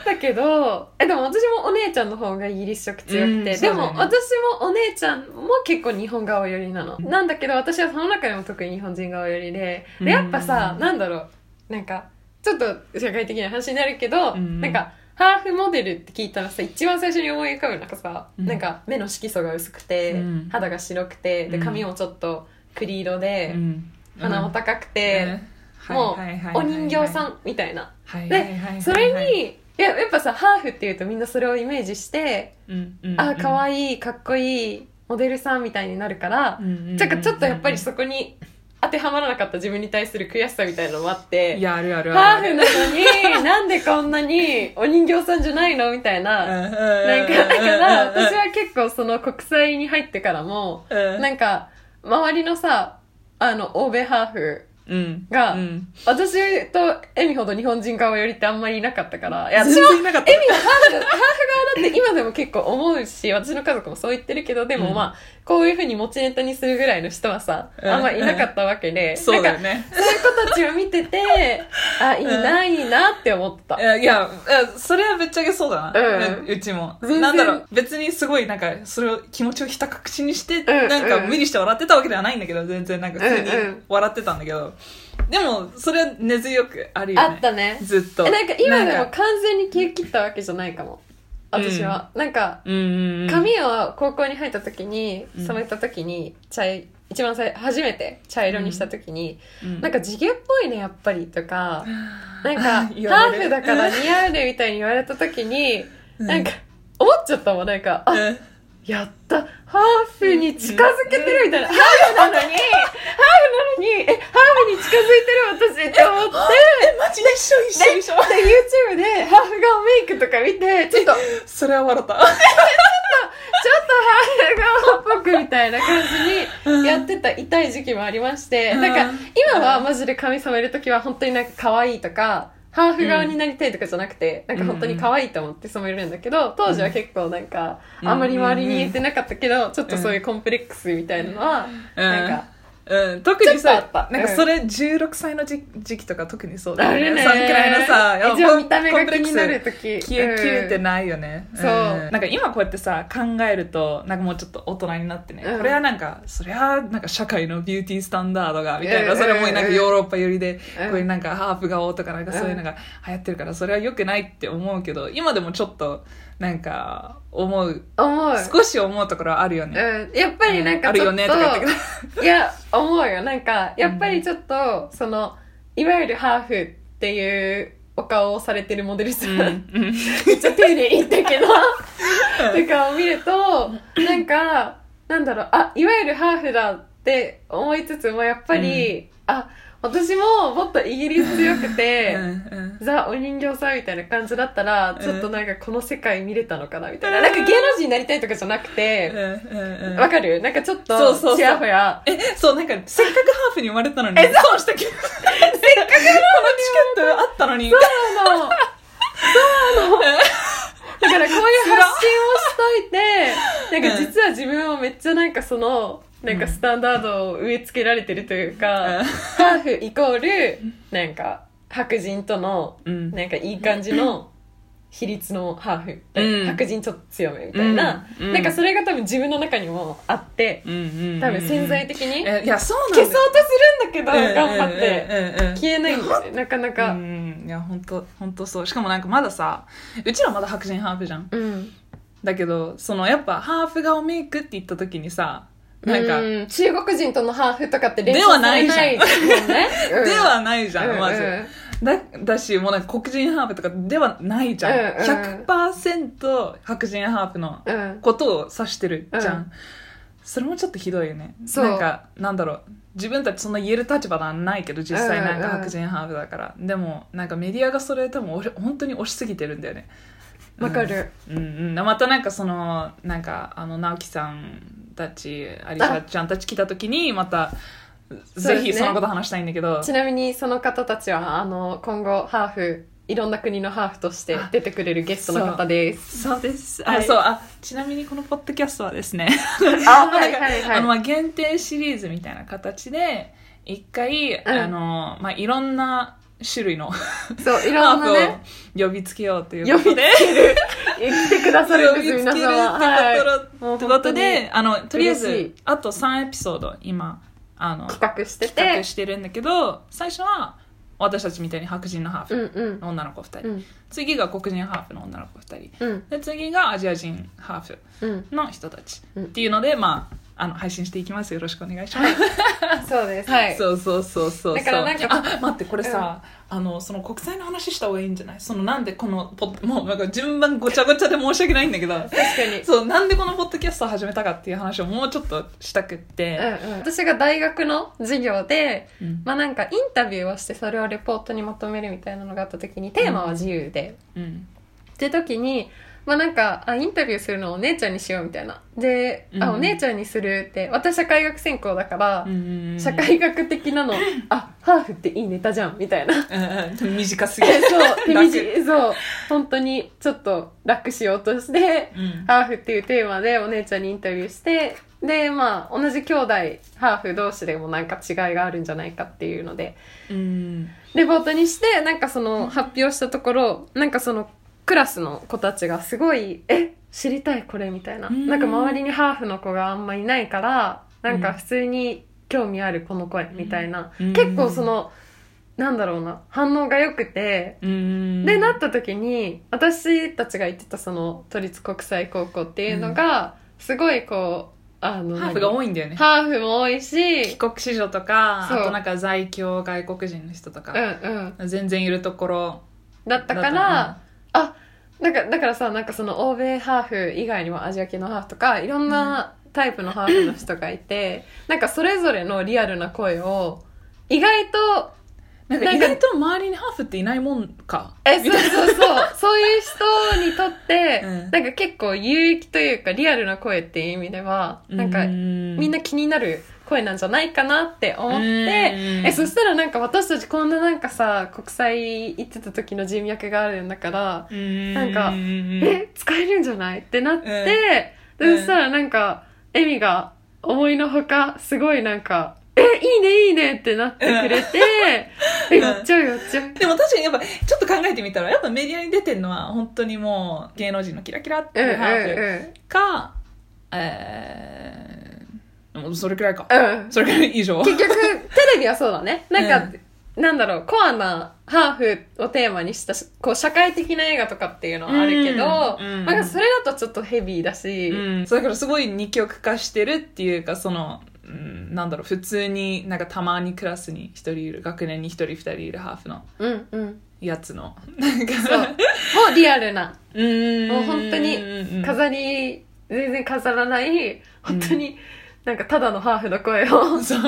[SPEAKER 2] ったけど、え、でも私もお姉ちゃんの方がイギリス色強
[SPEAKER 1] うん
[SPEAKER 2] くて、
[SPEAKER 1] そう
[SPEAKER 2] で
[SPEAKER 1] だね
[SPEAKER 2] も私もお姉ちゃんも結構日本顔寄りなの。なんだけど私はその中でも特に日本人顔寄りで、
[SPEAKER 1] うん
[SPEAKER 2] で、やっぱさ、なんだろう、なんか、ちょっと社会的な話になるけど、
[SPEAKER 1] うん
[SPEAKER 2] なんか、ハーフモデルって聞いたらさ、一番最初に思い浮かぶのがさ、
[SPEAKER 1] うん
[SPEAKER 2] なんか目の色素が薄くて、
[SPEAKER 1] うん
[SPEAKER 2] 肌が白くて、で、
[SPEAKER 1] うん
[SPEAKER 2] 髪もちょっと栗色で、
[SPEAKER 1] ん
[SPEAKER 2] 鼻も高くて、もうお人形さんみたいな。
[SPEAKER 1] ん
[SPEAKER 2] でそれに、いや、やっぱさ、ハーフっていうとみんなそれをイメージして、あ、可
[SPEAKER 1] い
[SPEAKER 2] 愛いかっこいい、モデルさんみたいになるから、
[SPEAKER 1] い
[SPEAKER 2] なんかちょっとやっぱりそこに当てはまらなかった自分に対する悔しさみたいなのもあっ
[SPEAKER 1] い
[SPEAKER 2] て、
[SPEAKER 1] やあるある
[SPEAKER 2] ハ
[SPEAKER 1] ある
[SPEAKER 2] ーフなの に、なんでこんなにお人形さんじゃないのみたいな。
[SPEAKER 1] なんか
[SPEAKER 2] なんか、だから、私
[SPEAKER 1] は
[SPEAKER 2] は結構その国際に入ってからも、
[SPEAKER 1] な
[SPEAKER 2] なんか、周りのさ、あの、欧米ハーフ
[SPEAKER 1] うん
[SPEAKER 2] が
[SPEAKER 1] うん
[SPEAKER 2] 私とエミほど日本人顔よりってあんまりいなかったから、いや、
[SPEAKER 1] 全
[SPEAKER 2] 私も
[SPEAKER 1] 然いなかった
[SPEAKER 2] エミがハーフ、ハーフ側だって今でも結構思うし、私の家族もそう言ってるけど、でもまあ、こういうふうに持ちネタにするぐらいの人はさ、
[SPEAKER 1] うん
[SPEAKER 2] あんまいなかったわけで、
[SPEAKER 1] そうだ
[SPEAKER 2] な
[SPEAKER 1] よ
[SPEAKER 2] んか、
[SPEAKER 1] ね
[SPEAKER 2] そういう子たちを見て て、あ、いいな、いいなって思った。
[SPEAKER 1] いやいやいやそれはぶっちゃけそうだな、
[SPEAKER 2] うん
[SPEAKER 1] うちも
[SPEAKER 2] 全然
[SPEAKER 1] なんだろう別にすごいなんかそれを気持ちをひた隠しにして、
[SPEAKER 2] んうん
[SPEAKER 1] なんか無理して笑ってたわけではないんだけど全然なんか普通に
[SPEAKER 2] うんうん
[SPEAKER 1] 笑ってたんだけど、でもそれは根強くあるよ
[SPEAKER 2] あ
[SPEAKER 1] ね
[SPEAKER 2] ったね。
[SPEAKER 1] ずっと
[SPEAKER 2] え、なんか今で
[SPEAKER 1] な
[SPEAKER 2] も
[SPEAKER 1] んか
[SPEAKER 2] 完全に消え切ったわけじゃないかも。私は。なんか、
[SPEAKER 1] うんうんうん
[SPEAKER 2] 髪を高校に入った時に
[SPEAKER 1] うん
[SPEAKER 2] 染めた時に茶い一番最初めて茶色にした時に、
[SPEAKER 1] うん
[SPEAKER 2] なんか地毛っぽいねやっぱりとかなんか
[SPEAKER 1] 言
[SPEAKER 2] ハ
[SPEAKER 1] われ
[SPEAKER 2] ー
[SPEAKER 1] る
[SPEAKER 2] フだから似合うねみたいに言われた時に、
[SPEAKER 1] うん
[SPEAKER 2] なんか思っちゃったもんなんかあ
[SPEAKER 1] うん
[SPEAKER 2] やったハーフに近づけてるみたいな、ハーフなのにハーフなのにえハーフに近づいてる私って思って
[SPEAKER 1] えマジで一緒一緒一緒
[SPEAKER 2] で YouTube でハーフ顔メイクとか見てちょっと
[SPEAKER 1] それは笑った
[SPEAKER 2] ちょっとハーフ顔っぽくみたいな感じにやってた痛い時期もありまして、
[SPEAKER 1] うん
[SPEAKER 2] なんか今はマジで髪染める時は本当になんか可愛いとか、ハーフ顔になりたいとかじゃなくて、なんか本当に可愛いと思って染めるんだけど、当時は結構なんか、
[SPEAKER 1] うん
[SPEAKER 2] あんまり周りに言えてなかったけど、ちょっとそういうコンプレックスみたいなのは、なんか、
[SPEAKER 1] うん、特に
[SPEAKER 2] ちょっ
[SPEAKER 1] さ
[SPEAKER 2] とあっ、た
[SPEAKER 1] なんかそれ16歳の時時期とか特にそうだ
[SPEAKER 2] あ
[SPEAKER 1] よ
[SPEAKER 2] る
[SPEAKER 1] ね。
[SPEAKER 2] ね。
[SPEAKER 1] そんくらいのさ、
[SPEAKER 2] えじゃあ見た目が気になる時。
[SPEAKER 1] キュキュって
[SPEAKER 2] うん
[SPEAKER 1] ないよね。
[SPEAKER 2] そうん
[SPEAKER 1] なんか今こうやってさ、考えると、なんかもうちょっと大人になってね、
[SPEAKER 2] うん
[SPEAKER 1] これはなんか、そりゃ、なんか社会のビューティースタンダードが、みたいな、
[SPEAKER 2] うん
[SPEAKER 1] それもなんかヨーロッパ寄りで、
[SPEAKER 2] うん
[SPEAKER 1] こういうなんかハープ顔とかなんかそういうのが流行ってるから、それは良くないって思うけど、今でもちょっと、なんか、思う、
[SPEAKER 2] 思う。
[SPEAKER 1] 少し思うところはあるよね。
[SPEAKER 2] うん、やっぱりなん
[SPEAKER 1] あ
[SPEAKER 2] か
[SPEAKER 1] る
[SPEAKER 2] ちょっと、
[SPEAKER 1] よねとか言ってくる。
[SPEAKER 2] いや、思うよ。なんか、やっぱりちょっと、その、いわゆるハーフっていうお顔をされてるモデルさん、
[SPEAKER 1] うんうん
[SPEAKER 2] めっちゃ丁寧に言ったけ ど、とかを見ると、なんか、なんだろう、あ、いわゆるハーフだって思いつつも、やっぱり、あ、私ももっとイギリス強くて、
[SPEAKER 1] うんうん
[SPEAKER 2] ザ・お人形さんみたいな感じだったら、
[SPEAKER 1] ん
[SPEAKER 2] ちょっとなんかこの世界見れたのかなみたいな。なんか芸能人になりたいとかじゃなくて、
[SPEAKER 1] うん
[SPEAKER 2] わかるなんかちょっと、
[SPEAKER 1] そうそうそう
[SPEAKER 2] ちやほや。
[SPEAKER 1] え、そう、なんか、せっかくハーフに生まれたのに、損したけど、せっかくこのチケットあったのに、
[SPEAKER 2] そうなの。だからこういう発信をしといて、なんか実は自分をめっちゃなんかその、なんかスタンダードを植え付けられてるというか、
[SPEAKER 1] うん
[SPEAKER 2] ハーフイコール、なんか白人との、
[SPEAKER 1] うん
[SPEAKER 2] なんかいい感じの比率のハーフ、
[SPEAKER 1] うん
[SPEAKER 2] 白人ちょっと強めみたいな、
[SPEAKER 1] うんうん
[SPEAKER 2] なんかそれが多分自分の中にもあって、
[SPEAKER 1] うんうんうん
[SPEAKER 2] 多分潜在的に消
[SPEAKER 1] え、いや、そうなん
[SPEAKER 2] そうとす
[SPEAKER 1] う
[SPEAKER 2] るんだけど、頑張って。
[SPEAKER 1] て
[SPEAKER 2] 消えないんだよね、なかな
[SPEAKER 1] う
[SPEAKER 2] か。
[SPEAKER 1] ん、いや、本当本当そう。しかもなんかまださ、うちらまだ白人ハーフじゃん。
[SPEAKER 2] うん。
[SPEAKER 1] だけど、その、やっぱ、ハーフ顔メイクって言った時にさ、なんか、
[SPEAKER 2] うん中国人とのハーフとかって練習
[SPEAKER 1] ではないじゃん
[SPEAKER 2] されですもんねう ん
[SPEAKER 1] ではないじゃん、まず。
[SPEAKER 2] うんうん
[SPEAKER 1] だだしもうなんか黒人ハーフとかではないじゃん、
[SPEAKER 2] うんうん
[SPEAKER 1] 100%白人ハーフの
[SPEAKER 2] うん
[SPEAKER 1] ことを指してるじゃん、
[SPEAKER 2] う
[SPEAKER 1] それもちょっとひどいよね
[SPEAKER 2] そう
[SPEAKER 1] なんかなんだろう自分たちそんな言える立場ではないけど実際なんか
[SPEAKER 2] うんうん
[SPEAKER 1] 白人ハーフだから、でもなんかメディアがそれ多分おし本当に押しすぎてるんだよね
[SPEAKER 2] わかる。
[SPEAKER 1] うんうん、またなんかそのなんかあの直樹さんたちアリサちゃんたち来た時にまた、
[SPEAKER 2] そうで
[SPEAKER 1] ぜ
[SPEAKER 2] すね
[SPEAKER 1] ひそのこと話したいんだけど
[SPEAKER 2] ちなみにその方たちはあの今後ハーフいろんな国のハーフとして出てくれるゲストの方です。
[SPEAKER 1] そうです
[SPEAKER 2] は
[SPEAKER 1] あ
[SPEAKER 2] い
[SPEAKER 1] そうあちなみにこのポッドキャストはですね
[SPEAKER 2] あ はいはい
[SPEAKER 1] あのま
[SPEAKER 2] はい。
[SPEAKER 1] あ限定シリーズみたいな形で一回、
[SPEAKER 2] ん
[SPEAKER 1] あのまあ、いろんな種類の
[SPEAKER 2] そういろ
[SPEAKER 1] ハ
[SPEAKER 2] んな
[SPEAKER 1] ー
[SPEAKER 2] ね
[SPEAKER 1] フを呼びつけようという
[SPEAKER 2] 呼
[SPEAKER 1] こと
[SPEAKER 2] びつ
[SPEAKER 1] で。
[SPEAKER 2] ける来てくださる
[SPEAKER 1] 呼
[SPEAKER 2] んで
[SPEAKER 1] びつけるっ
[SPEAKER 2] す
[SPEAKER 1] て
[SPEAKER 2] 皆
[SPEAKER 1] こと
[SPEAKER 2] さんは。はい。も
[SPEAKER 1] と
[SPEAKER 2] う
[SPEAKER 1] って
[SPEAKER 2] 本当に
[SPEAKER 1] ことで、あの、とりあえ
[SPEAKER 2] 嬉しい
[SPEAKER 1] ず、あと3エピソード、今、あの、
[SPEAKER 2] 企画して
[SPEAKER 1] 企
[SPEAKER 2] て
[SPEAKER 1] 画。してるんだけど、最初は、私たちみたいに白人のハー
[SPEAKER 2] うん
[SPEAKER 1] フ
[SPEAKER 2] うん
[SPEAKER 1] の女の子2
[SPEAKER 2] う
[SPEAKER 1] 人。
[SPEAKER 2] ん
[SPEAKER 1] 次が黒人ハーフの女の子2人。
[SPEAKER 2] うん
[SPEAKER 1] で、次がアジア人ハーフ
[SPEAKER 2] うん。
[SPEAKER 1] の人たち。
[SPEAKER 2] うん
[SPEAKER 1] っていうので、まあ、あの、配信していきます。よろしくお願いします。
[SPEAKER 2] そうです。は い。
[SPEAKER 1] そうそうそうそうそう
[SPEAKER 2] だからなんか
[SPEAKER 1] あ待ってこれさ、あのその国際の話した方がいいんじゃないそのなんでこのポッもうなんか順番ごちゃごちゃで申し訳ないんだけど
[SPEAKER 2] 確かに。
[SPEAKER 1] そうなんでこのポッドキャストを始めたかっていう話をもうちょっとしたくって、
[SPEAKER 2] うんうん、私が大学の授業で、
[SPEAKER 1] うん
[SPEAKER 2] まあなんかインタビューをしてそれをレポートにまとめるみたいなのがあった時にテーマは自由で、
[SPEAKER 1] うん
[SPEAKER 2] って時にまあなんかあインタビューするのをお姉ちゃんにしようみたいなで、あ
[SPEAKER 1] うん
[SPEAKER 2] お姉ちゃんにするって私社会学専攻だから、
[SPEAKER 1] うん
[SPEAKER 2] 社会学的なのあハーフっていいネタじゃんみたいな そう
[SPEAKER 1] うんうん短すぎる、
[SPEAKER 2] 手
[SPEAKER 1] 楽
[SPEAKER 2] 短いそう本当にちょっと楽しようとして
[SPEAKER 1] うん
[SPEAKER 2] ハーフっていうテーマでお姉ちゃんにインタビューしてでまあ同じ兄弟ハーフ同士でもなんか違いがあるんじゃないかっていうので
[SPEAKER 1] うん
[SPEAKER 2] レポートにしてなんかその発表したところなんかそのクラスの子たちがすごい「え知りたいこれ」みたいな
[SPEAKER 1] うん
[SPEAKER 2] なんか周りにハーフの子があんまいないからなんか普通に興味あるこの声みたいな
[SPEAKER 1] うん
[SPEAKER 2] 結構そのなんだろうな反応が良くて
[SPEAKER 1] うん
[SPEAKER 2] でなった時に私たちが行ってたその都立国際高校っていうのがすごいこうあの
[SPEAKER 1] ハーフが多いんだよね
[SPEAKER 2] ハーフも多いし
[SPEAKER 1] 帰国子女とか
[SPEAKER 2] そう
[SPEAKER 1] あとなんか在京外国人の人と
[SPEAKER 2] うんう
[SPEAKER 1] か、
[SPEAKER 2] ん
[SPEAKER 1] 全然いるところ
[SPEAKER 2] だったからあなんかだからさなんかその欧米ハーフ以外にもアジア系のハーフとかいろんなタイプのハーフの人がいて、なんかそれぞれのリアルな声を意外と
[SPEAKER 1] なんか意外と周りにハーフっていないもんか。
[SPEAKER 2] えそうそうそう そういう人にとって、
[SPEAKER 1] うん
[SPEAKER 2] なんか結構有益というかリアルな声っていう意味ではなんかみ
[SPEAKER 1] み
[SPEAKER 2] んな気になる声なんじゃないかなって思
[SPEAKER 1] う
[SPEAKER 2] って、
[SPEAKER 1] ん
[SPEAKER 2] えそしたらなんか私たちこんななんかさ国際行ってた時の人脈があるんだからなんか
[SPEAKER 1] え
[SPEAKER 2] え使えるんじゃないってなって、
[SPEAKER 1] うん
[SPEAKER 2] でそしたらなんか、エミが思いのほかすごいなんか「えいいねいいね」ってなってくれて「
[SPEAKER 1] ん
[SPEAKER 2] えやっちゃうやっちゃう」
[SPEAKER 1] でも確かにやっぱちょっと考えてみたらやっぱメディアに出てるのは本当にもう芸能人のキラキラって
[SPEAKER 2] うん
[SPEAKER 1] い
[SPEAKER 2] う
[SPEAKER 1] うんハーフ
[SPEAKER 2] う
[SPEAKER 1] か、えー、もうそれくらいか。
[SPEAKER 2] んうん
[SPEAKER 1] それくらい以上。
[SPEAKER 2] 結局テレビはそうだねなんか、なんだろうコアなハーフをテーマにしたこう社会的な映画とかっていうのはあるけど、
[SPEAKER 1] うんうん
[SPEAKER 2] なんかそれだとちょっとヘビーだし、
[SPEAKER 1] うん、そうだからすごい二極化してるっていうかその、うん、なんだろう普通になんかたまにクラスに一人いる学年に一人二人いるハーフの
[SPEAKER 2] うんうん
[SPEAKER 1] やつのなんか
[SPEAKER 2] そうもうリアルな
[SPEAKER 1] うん
[SPEAKER 2] もう本当に飾り、全然飾らない、本当に、なんかただのハーフの声を お
[SPEAKER 1] そう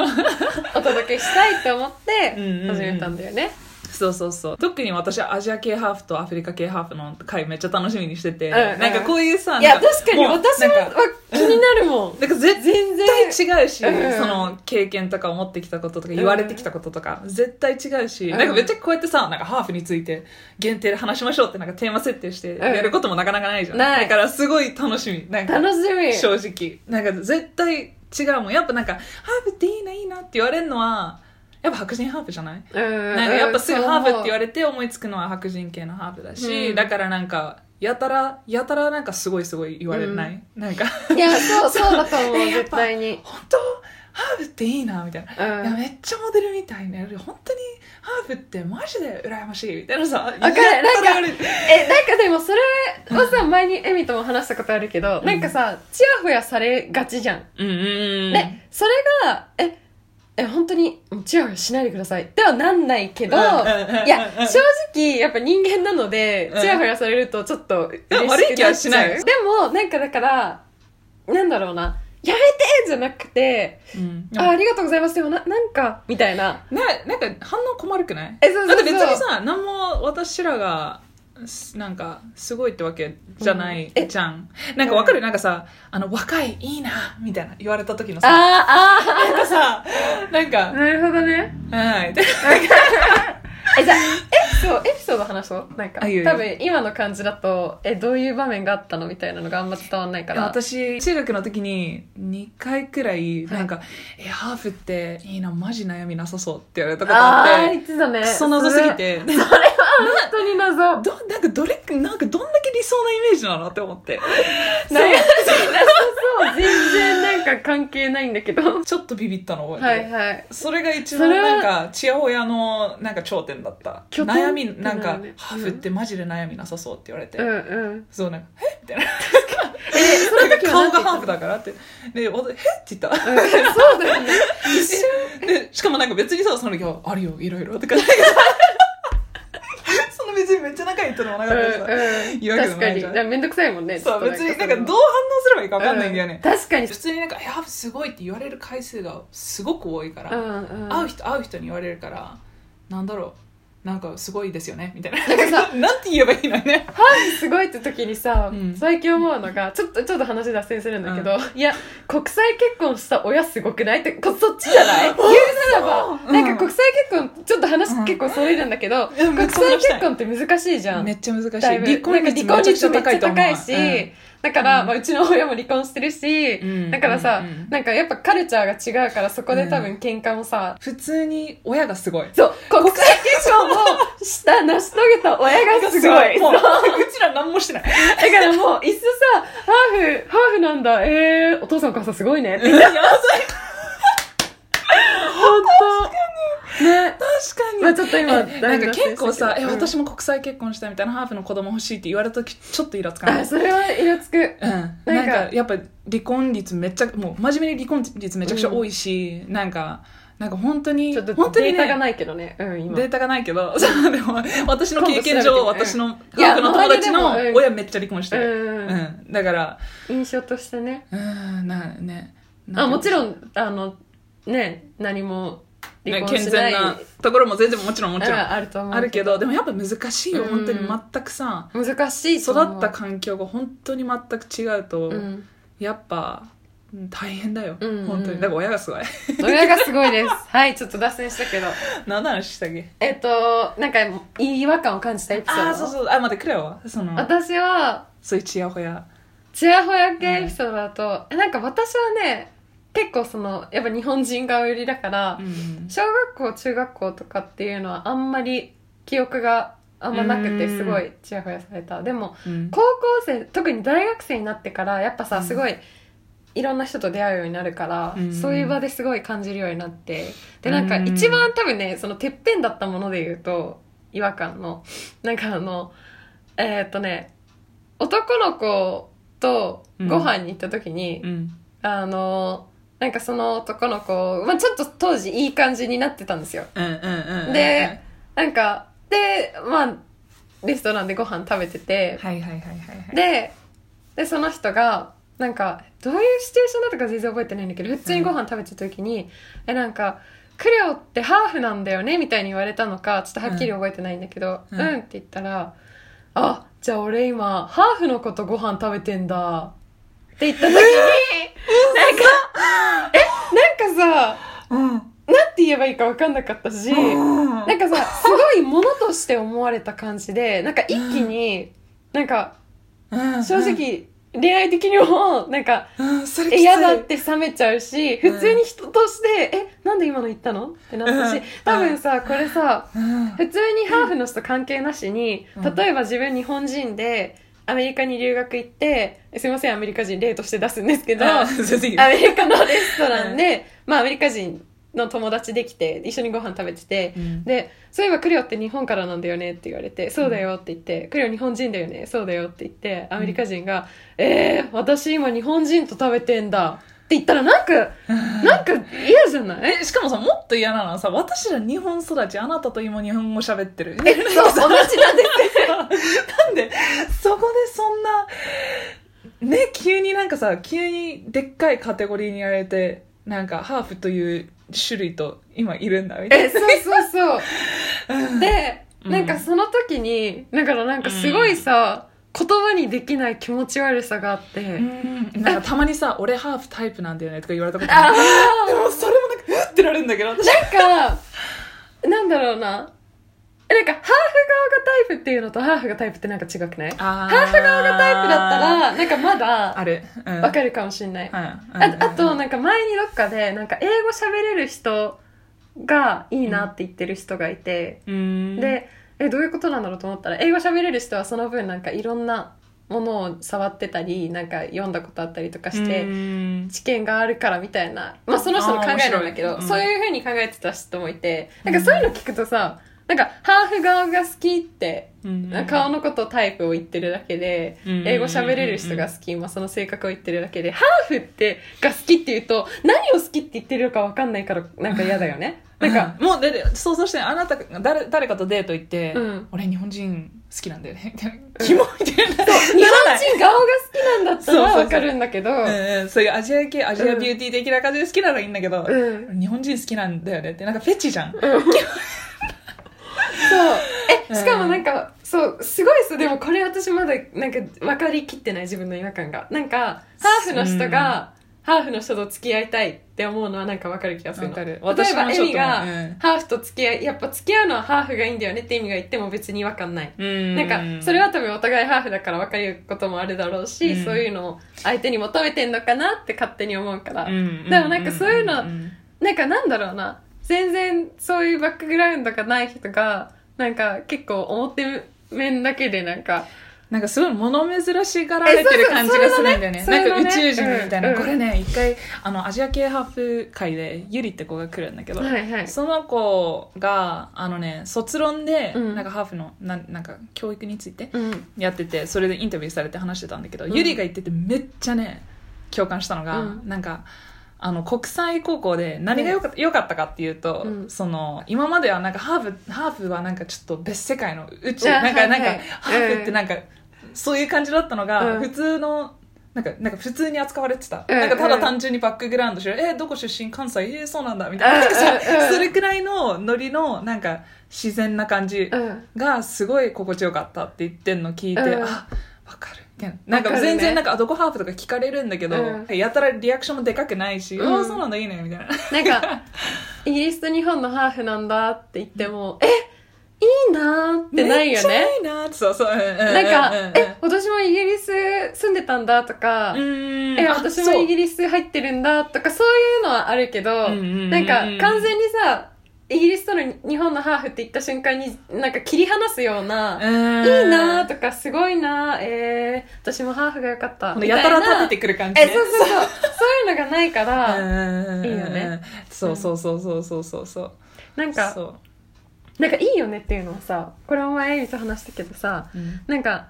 [SPEAKER 2] 届けしたいと思って
[SPEAKER 1] うんうんうん
[SPEAKER 2] 始めたんだよね。
[SPEAKER 1] そうそうそう特に私アジア系ハーフとアフリカ系ハーフの回めっちゃ楽しみにしてて、
[SPEAKER 2] うんうん
[SPEAKER 1] なんかこういうさ
[SPEAKER 2] いや、
[SPEAKER 1] なん
[SPEAKER 2] 確かに
[SPEAKER 1] もう
[SPEAKER 2] 私
[SPEAKER 1] なん
[SPEAKER 2] も
[SPEAKER 1] か
[SPEAKER 2] わ気になるもん。
[SPEAKER 1] なんか絶
[SPEAKER 2] 全然。
[SPEAKER 1] 絶対違うし、
[SPEAKER 2] うんうん
[SPEAKER 1] その経験とか思ってきたこととか
[SPEAKER 2] ん
[SPEAKER 1] 言われてきたこととか、絶対違うし、
[SPEAKER 2] うん
[SPEAKER 1] なんかめっちゃこうやってさなんかハーフについて限定で話しましょうってなんかテーマ設定して
[SPEAKER 2] うん
[SPEAKER 1] やることもなかなかないじゃん、
[SPEAKER 2] ない
[SPEAKER 1] だからすごい楽しみなんか
[SPEAKER 2] 楽しみ。
[SPEAKER 1] 正直なんか絶対違うもんやっぱなんかハーフっていいないいなって言われるのはやっぱ白人ハーフじゃない
[SPEAKER 2] うん
[SPEAKER 1] なんかやっぱすぐハーフって言わ
[SPEAKER 2] れ
[SPEAKER 1] れて思いつくのは白人系のハーフだし、
[SPEAKER 2] うん
[SPEAKER 1] だからなんかやたらやたらなんかすごいすごい言われない、なんか
[SPEAKER 2] いや、そう、そうだと思う、
[SPEAKER 1] えやっ
[SPEAKER 2] 絶
[SPEAKER 1] ぱ
[SPEAKER 2] 対に。
[SPEAKER 1] 本当ハーフっていいなみたいな、
[SPEAKER 2] うん。
[SPEAKER 1] いや
[SPEAKER 2] わ
[SPEAKER 1] めっちゃモデルみたいね本当にハーフってマジで羨ましいみたいなさわ
[SPEAKER 2] かる。なんか、え、なんかでもそれはさ、前にエミとも話したことあるけど、
[SPEAKER 1] ん
[SPEAKER 2] なんかさ、ちやほやされがちじゃん。
[SPEAKER 1] うんうんうん
[SPEAKER 2] で、それが、え、え、本当に、チヤホヤしないでください。ではなんないけど、
[SPEAKER 1] う
[SPEAKER 2] い
[SPEAKER 1] んうんうんうん
[SPEAKER 2] や、正直、やっぱ人間なので
[SPEAKER 1] う、ん
[SPEAKER 2] チヤホヤされるとちょっと嬉しくなっちゃう。
[SPEAKER 1] 悪い気はしない
[SPEAKER 2] でも、なんかだから、なんだろうな、やめてじゃなくて、
[SPEAKER 1] うん
[SPEAKER 2] あ、ありがとうございます。でもな、なんか、みたいな。
[SPEAKER 1] ねなんか反応困るくない
[SPEAKER 2] え、そうそう
[SPEAKER 1] だ
[SPEAKER 2] そう。
[SPEAKER 1] って別にさ何も私らがすなんかすごいってわけじゃな
[SPEAKER 2] うん
[SPEAKER 1] い
[SPEAKER 2] え
[SPEAKER 1] じゃん、なんかわかるなんかさあの若いいいなみたいな言われた時の
[SPEAKER 2] あ
[SPEAKER 1] さ
[SPEAKER 2] あ
[SPEAKER 1] なんかさなん
[SPEAKER 2] あ
[SPEAKER 1] か
[SPEAKER 2] なるほどね
[SPEAKER 1] はいで
[SPEAKER 2] えじゃあエピソードエピソード話そうなんか
[SPEAKER 1] あいいよいいよ
[SPEAKER 2] 多分今の感じだとえどういう場面があったのみたいなのがあんま伝わんないから
[SPEAKER 1] 私中学の時に2回くらいなんか、えハーフっていいなマジ悩みなさそうって言われたことあ
[SPEAKER 2] あ
[SPEAKER 1] っ
[SPEAKER 2] ー
[SPEAKER 1] て
[SPEAKER 2] 言ってたね
[SPEAKER 1] クソ謎すぎて
[SPEAKER 2] それそれは本当に謎
[SPEAKER 1] どなんかどれなんかどんだけ理想なイメージなのって思って
[SPEAKER 2] そう
[SPEAKER 1] なんか
[SPEAKER 2] そう全然なんか関係ないんだけどは
[SPEAKER 1] ちょっとビビったの覚えてる、
[SPEAKER 2] いはい
[SPEAKER 1] それが一
[SPEAKER 2] そ
[SPEAKER 1] 番
[SPEAKER 2] れは
[SPEAKER 1] なんかちやほやのなんか頂点だった
[SPEAKER 2] 拠点
[SPEAKER 1] 悩
[SPEAKER 2] ってなるね
[SPEAKER 1] みなんか、
[SPEAKER 2] うん
[SPEAKER 1] ハーフってマジで悩みなさそうって言われて、
[SPEAKER 2] うんうん
[SPEAKER 1] そうなんか「えみたいな
[SPEAKER 2] えその時は
[SPEAKER 1] 顔
[SPEAKER 2] なんて
[SPEAKER 1] が
[SPEAKER 2] 言
[SPEAKER 1] ハ
[SPEAKER 2] っ
[SPEAKER 1] ーフだからってで「おえっ?」て言った
[SPEAKER 2] たのうんそうだよね一瞬
[SPEAKER 1] でしかもなんか別にさその時は「あるよいろいろ」とかなんかその別にめっちゃ仲いいってのもなかったしさ、
[SPEAKER 2] うん
[SPEAKER 1] 言
[SPEAKER 2] う
[SPEAKER 1] うんわけで
[SPEAKER 2] 確
[SPEAKER 1] も
[SPEAKER 2] か
[SPEAKER 1] ない
[SPEAKER 2] に
[SPEAKER 1] じゃん
[SPEAKER 2] だからめんどくさいもんね
[SPEAKER 1] そう別になんかどう反
[SPEAKER 2] う
[SPEAKER 1] 応すればいいか分かんないんだよね、
[SPEAKER 2] 確かに
[SPEAKER 1] 普通になんか「いやすごい」って言われる回数がすごく多いから、
[SPEAKER 2] うんうん
[SPEAKER 1] 会う人会う人に言われるからなんだろうなんかすごいですよねみたいな
[SPEAKER 2] なんかさ
[SPEAKER 1] なんて言えばいいのよね
[SPEAKER 2] すごいって時にさ、
[SPEAKER 1] うん
[SPEAKER 2] 最近思うのがちょっとちょっと話脱線するんだけど、いや国際結婚した親すごくないってこそっちじゃない言うならば、
[SPEAKER 1] うん
[SPEAKER 2] なんか国際結婚ちょっと話
[SPEAKER 1] うん
[SPEAKER 2] 結構それるんだけど、
[SPEAKER 1] うん
[SPEAKER 2] 国際結婚って難しいじゃん
[SPEAKER 1] めっちゃ難しい
[SPEAKER 2] だいぶ
[SPEAKER 1] 離婚率
[SPEAKER 2] な
[SPEAKER 1] め
[SPEAKER 2] んか離婚
[SPEAKER 1] ち
[SPEAKER 2] 率
[SPEAKER 1] ゃく
[SPEAKER 2] めっ
[SPEAKER 1] ちゃ高
[SPEAKER 2] ちゃ
[SPEAKER 1] いと思う
[SPEAKER 2] 高いし、だから、
[SPEAKER 1] うん
[SPEAKER 2] まあ、うちの親も離婚してるし、
[SPEAKER 1] うん
[SPEAKER 2] だから
[SPEAKER 1] う
[SPEAKER 2] さ、
[SPEAKER 1] んうん
[SPEAKER 2] なんかやっぱカルチャーが違うからそこで多分喧嘩もさ、
[SPEAKER 1] 普通に親がすごい
[SPEAKER 2] そう国際結婚をした成し遂げた親がすご い
[SPEAKER 1] もううちら何もして ない
[SPEAKER 2] だからもう、いっそさ、ハーフ、ハーフなんだ、えー、お父さんお母さんすごいねって。本当ね。
[SPEAKER 1] 確かに
[SPEAKER 2] まあちょっと今
[SPEAKER 1] えなんか結構さ、え
[SPEAKER 2] うん
[SPEAKER 1] 私も国際結婚したいみたいなハーフの子供欲しいって言われた時ちょっとイラつかない
[SPEAKER 2] あ、それはイラつく。
[SPEAKER 1] うん、なん
[SPEAKER 2] なん
[SPEAKER 1] か
[SPEAKER 2] か
[SPEAKER 1] やっぱ離婚率めっちゃもう真面目に離婚率めちゃくちゃ多いし、なんかなんか本当に
[SPEAKER 2] ちょっと
[SPEAKER 1] 本当
[SPEAKER 2] デ
[SPEAKER 1] に
[SPEAKER 2] ータ
[SPEAKER 1] ね
[SPEAKER 2] がないけどね。うん、今。
[SPEAKER 1] データがないけど、 そうでも私の経験上、
[SPEAKER 2] 今度調べて
[SPEAKER 1] 私の、
[SPEAKER 2] いや
[SPEAKER 1] 僕の友達の
[SPEAKER 2] 周りでもうん
[SPEAKER 1] 親めっちゃ離婚してる。
[SPEAKER 2] うん
[SPEAKER 1] う。ん。だから、
[SPEAKER 2] 印象としてね。
[SPEAKER 1] うん、な、ね。
[SPEAKER 2] あ、もちろ
[SPEAKER 1] ん。
[SPEAKER 2] ん、あの、ね、何も離
[SPEAKER 1] ね
[SPEAKER 2] 婚
[SPEAKER 1] 健
[SPEAKER 2] しな
[SPEAKER 1] 全
[SPEAKER 2] い。
[SPEAKER 1] なところも全然もちろんもちろん
[SPEAKER 2] うんあると思う。
[SPEAKER 1] あるけど、でもやっぱ難しいよ、
[SPEAKER 2] うん
[SPEAKER 1] 本当に全くさ。
[SPEAKER 2] ど。難しいと
[SPEAKER 1] 育
[SPEAKER 2] 思う。
[SPEAKER 1] った環境が本当に全く違うと
[SPEAKER 2] う、ん。
[SPEAKER 1] やっぱ、うん大変だよ。
[SPEAKER 2] うんうん
[SPEAKER 1] 本当に。だから親がすごい。
[SPEAKER 2] 親がすごいです。 はい、ちょっと脱線したけど。
[SPEAKER 1] 何の話したっけ
[SPEAKER 2] えっと、なんか、違和感を感じたエピソード。
[SPEAKER 1] あー、そうそう。あ、待って、くれよ。その、
[SPEAKER 2] 私は、
[SPEAKER 1] そういうちやほや。
[SPEAKER 2] ちやほや系エピソードだと、えなんか私はね、結構その、やっぱ日本人が売りだから、
[SPEAKER 1] うん
[SPEAKER 2] 小学校、中学校とかっていうのはあんまり記憶があんまなくて、
[SPEAKER 1] うん
[SPEAKER 2] すごいちやほやされた。でも、
[SPEAKER 1] うん
[SPEAKER 2] 高校生、特に大学生になってから、やっぱさ、
[SPEAKER 1] うん
[SPEAKER 2] すごい、いろんな人と出会うようになるから、
[SPEAKER 1] うん
[SPEAKER 2] そういう場ですごい感じるようになって。で、なんか
[SPEAKER 1] うん
[SPEAKER 2] 一番多分ね、そのてっぺんだったもので言うと、違和感の、なんかあの、えーっとね、男の子とご飯に行った時に、
[SPEAKER 1] うん。
[SPEAKER 2] あの、なんかその男の子、まあちょっと当時いい感じになってたんですよ。
[SPEAKER 1] うんうんうんうん。
[SPEAKER 2] で、なんか、で、まあレストランでご飯食べてて、
[SPEAKER 1] はいはいはいはいはい。
[SPEAKER 2] ででその人がなんかどういうシチュエーションだったか全然覚えてないんだけど普通にご飯食べてた時に、えなんか「クレオってハーフなんだよね」みたいに言われたのかちょっとはっきり覚えてないんだけど「
[SPEAKER 1] う
[SPEAKER 2] う
[SPEAKER 1] んん」
[SPEAKER 2] って言ったら「あじゃあ俺今ハーフの子とご飯食べてんだ」って言った時に、なんかえなんかさ
[SPEAKER 1] うん。
[SPEAKER 2] なんて言えばいいか分かんなかったし。
[SPEAKER 1] うん
[SPEAKER 2] なんかさ、すごいものとして思われた感じで、なんか一気に、なんか
[SPEAKER 1] うん
[SPEAKER 2] 正、直、恋愛的にも、なんか、
[SPEAKER 1] うん、それきつ
[SPEAKER 2] え
[SPEAKER 1] い
[SPEAKER 2] 嫌だっ。て冷めちゃうし、
[SPEAKER 1] うん
[SPEAKER 2] 普通に人として、え、なんで今の言ったのってなっ
[SPEAKER 1] う
[SPEAKER 2] たし
[SPEAKER 1] ん、
[SPEAKER 2] 多分さ、これさ、
[SPEAKER 1] うん
[SPEAKER 2] 普通にハーフの人と関係なしに
[SPEAKER 1] う、ん
[SPEAKER 2] 例えば自分日本人で、アメリカに留学行って、えすいません、アメリカ人例として出すんですけど、
[SPEAKER 1] あ
[SPEAKER 2] ア
[SPEAKER 1] 先生
[SPEAKER 2] メリカのレストランで、まあアメリカ人の友達できて、一緒にご飯食べてて、
[SPEAKER 1] うん
[SPEAKER 2] で、そういえばクレオって日本からなんだよねって言われて、そうだよって言って、クレオ日本人だよね、そうだよって言って、アメリカ人が、えー、私今日本人と食べてんだって言ったらなんか、なんか嫌じゃない
[SPEAKER 1] えしかもさ、もっと嫌なのはさ、私ら日本育ち、あなたと今日本語喋ってる。
[SPEAKER 2] え、そう、同じなんです
[SPEAKER 1] なんで、そこでそんな、ね、急になんかさ、急にでっかいカテゴリーにやられて、なんか、ハーフという種類と今いるんだ、みたい
[SPEAKER 2] え、
[SPEAKER 1] な。
[SPEAKER 2] そうそうそう。で、
[SPEAKER 1] うん
[SPEAKER 2] なんかその時にだからなんかすごいさ、言葉にできない気持ち悪さがあって、
[SPEAKER 1] うんなんかたまにさ「俺ハーフタイプなんだよね」とか言われたこと
[SPEAKER 2] あ
[SPEAKER 1] ある
[SPEAKER 2] あ
[SPEAKER 1] でもそれもなんか「うっ!」てなるんだけど私
[SPEAKER 2] なんか、なんだろうな。えなんか、ハーフ側がタイプっていうのと、ハーフがタイプってなんか違くないハ
[SPEAKER 1] ハ
[SPEAKER 2] ーフ側がタイプだったら、なんかまだ、
[SPEAKER 1] あるうん
[SPEAKER 2] わかるかもしんない。あ
[SPEAKER 1] うんうん
[SPEAKER 2] あと、なんか前にどっかで、なんか英語喋れる人がいいなって言ってる人がいて、
[SPEAKER 1] うん
[SPEAKER 2] で、え、どういうことなんだろうと思ったら、英語喋れる人はその分なんかいろんなものを触ってたり、なんか読んだことあったりとかして、
[SPEAKER 1] うん
[SPEAKER 2] 知見があるからみたいな、まあ、その人の考えなんだけど、
[SPEAKER 1] あー面白いうん
[SPEAKER 2] そういうふうに考えてた人もいてなんかそういうの聞くとさなんかハーフ側が好きって
[SPEAKER 1] うん
[SPEAKER 2] 顔のことタイプを言ってるだけで、
[SPEAKER 1] うん
[SPEAKER 2] 英語喋れる人が好き、まあ、その性格を言ってるだけでハーフってが好きっていうと何を好きって言ってるのか分かんないからなんか嫌だよねなんか、
[SPEAKER 1] うんもうでで想像してあなたが誰誰かとデート行って、
[SPEAKER 2] うん
[SPEAKER 1] 俺日本人好きなんだよねみたいなキモいみたいな
[SPEAKER 2] 日本人顔が好きなんだった
[SPEAKER 1] そうそう
[SPEAKER 2] ら
[SPEAKER 1] そう
[SPEAKER 2] 分かるんだけど
[SPEAKER 1] うんうんそういうアジア系アジアビューティー的な感じで好きならいいんだけど、
[SPEAKER 2] うん
[SPEAKER 1] 日本人好きなんだよねってなんかフェチじゃん、
[SPEAKER 2] そう。
[SPEAKER 1] う
[SPEAKER 2] え、
[SPEAKER 1] ん
[SPEAKER 2] しかもなんか、そう、すごいそう、でもこれ私まだ、なんか、分かりきってない自分の違和感が。なんか、ハーフの人が、ハーフの人と付き合いたいって思うのはなんか分かる気がするの。
[SPEAKER 1] わかる
[SPEAKER 2] 例えば、
[SPEAKER 1] 私
[SPEAKER 2] エ
[SPEAKER 1] も
[SPEAKER 2] ミ
[SPEAKER 1] ちょっと
[SPEAKER 2] が、
[SPEAKER 1] うん
[SPEAKER 2] ハーフと付き合い、やっぱ付き合うのはハーフがいいんだよねって意味が言っても別に違和感ない。
[SPEAKER 1] うん
[SPEAKER 2] なんか、それは多分お互いハーフだから分かることもあるだろうし、
[SPEAKER 1] うん
[SPEAKER 2] そういうのを相手に求めてんのかなって勝手に思うから。
[SPEAKER 1] うん
[SPEAKER 2] でもなんかそういうの
[SPEAKER 1] んん
[SPEAKER 2] なんかなんだろうな全然そういうバックグラウンドがない人がなんか結構表面だけでなんか
[SPEAKER 1] なんかすごい物珍しがられてる感じがするんだよね
[SPEAKER 2] え。そうそ
[SPEAKER 1] な
[SPEAKER 2] う
[SPEAKER 1] ん
[SPEAKER 2] それだ
[SPEAKER 1] か
[SPEAKER 2] ね
[SPEAKER 1] 宇宙人みたいな。
[SPEAKER 2] うんうん
[SPEAKER 1] これね、一回、あの、アジア系ハーフ会で、ゆりって子が来るんだけど、
[SPEAKER 2] はいはい
[SPEAKER 1] その子が、あのね、卒論で、
[SPEAKER 2] うん
[SPEAKER 1] なんかハーフの、なんなんか教育について
[SPEAKER 2] うん
[SPEAKER 1] やってて、それでインタビューされて話してたんだけど、
[SPEAKER 2] ん
[SPEAKER 1] ゆりが言っててめっちゃね、共感したのが、
[SPEAKER 2] うん
[SPEAKER 1] なんか、あの、国際高校で何が良か,、良かったかっていうと、
[SPEAKER 2] うん
[SPEAKER 1] その、今まではなんかハーフ、ハーフはなんかちょっと別世界の宇宙、
[SPEAKER 2] あ
[SPEAKER 1] なんか、
[SPEAKER 2] はいは
[SPEAKER 1] ないんか、ハーフってなんか、そういう感じだったのが、
[SPEAKER 2] うん
[SPEAKER 1] 普通の、なんか、なんか普通に扱われてた。
[SPEAKER 2] うん
[SPEAKER 1] なんかただ
[SPEAKER 2] うん
[SPEAKER 1] 単純にバックグラウンドして、えー、どこ出身関西えー、そうなんだみたいな。なんか
[SPEAKER 2] うんうんう
[SPEAKER 1] さ、
[SPEAKER 2] ん
[SPEAKER 1] それくらいのノリの、なんか、自然な感じ
[SPEAKER 2] うん
[SPEAKER 1] がすごい心地よかったって言ってんの聞いて、
[SPEAKER 2] うん
[SPEAKER 1] あわかるみたいななんか
[SPEAKER 2] わかるね
[SPEAKER 1] 全然なんか「あどこハーフ」とか聞かれるんだけど、
[SPEAKER 2] う
[SPEAKER 1] やたらリアクションもでかくないし「
[SPEAKER 2] うん
[SPEAKER 1] ああそうなんだいいね」みたいな
[SPEAKER 2] なんかイギリスと日本のハーフなんだって言ってもえいいなーっ
[SPEAKER 1] 「
[SPEAKER 2] てないよ
[SPEAKER 1] めっちゃ
[SPEAKER 2] ね
[SPEAKER 1] いいな」って そうそうな
[SPEAKER 2] なんか、え私もイギリス住んでたんだとか、
[SPEAKER 1] うん
[SPEAKER 2] え私もイギ
[SPEAKER 1] リ
[SPEAKER 2] リス入ってるんだとかそういうのはあるけど、
[SPEAKER 1] うんうんうんうん
[SPEAKER 2] なんか完全にさイギリスとの日本のハーフって言った瞬間になんか切り離すような、いいなーとかすごいなーえー、私もハーフが良かった
[SPEAKER 1] こ
[SPEAKER 2] みた
[SPEAKER 1] の
[SPEAKER 2] いな
[SPEAKER 1] やたら立ててくる感じ、
[SPEAKER 2] え
[SPEAKER 1] ね、
[SPEAKER 2] そうそうそうそういうのがないから、
[SPEAKER 1] うん
[SPEAKER 2] いいよね
[SPEAKER 1] そうそうそうそうそうそうそう
[SPEAKER 2] なんか
[SPEAKER 1] そ
[SPEAKER 2] なんかいいよねっていうのはさこれお前エミと話したけどさ
[SPEAKER 1] う、うん
[SPEAKER 2] なんか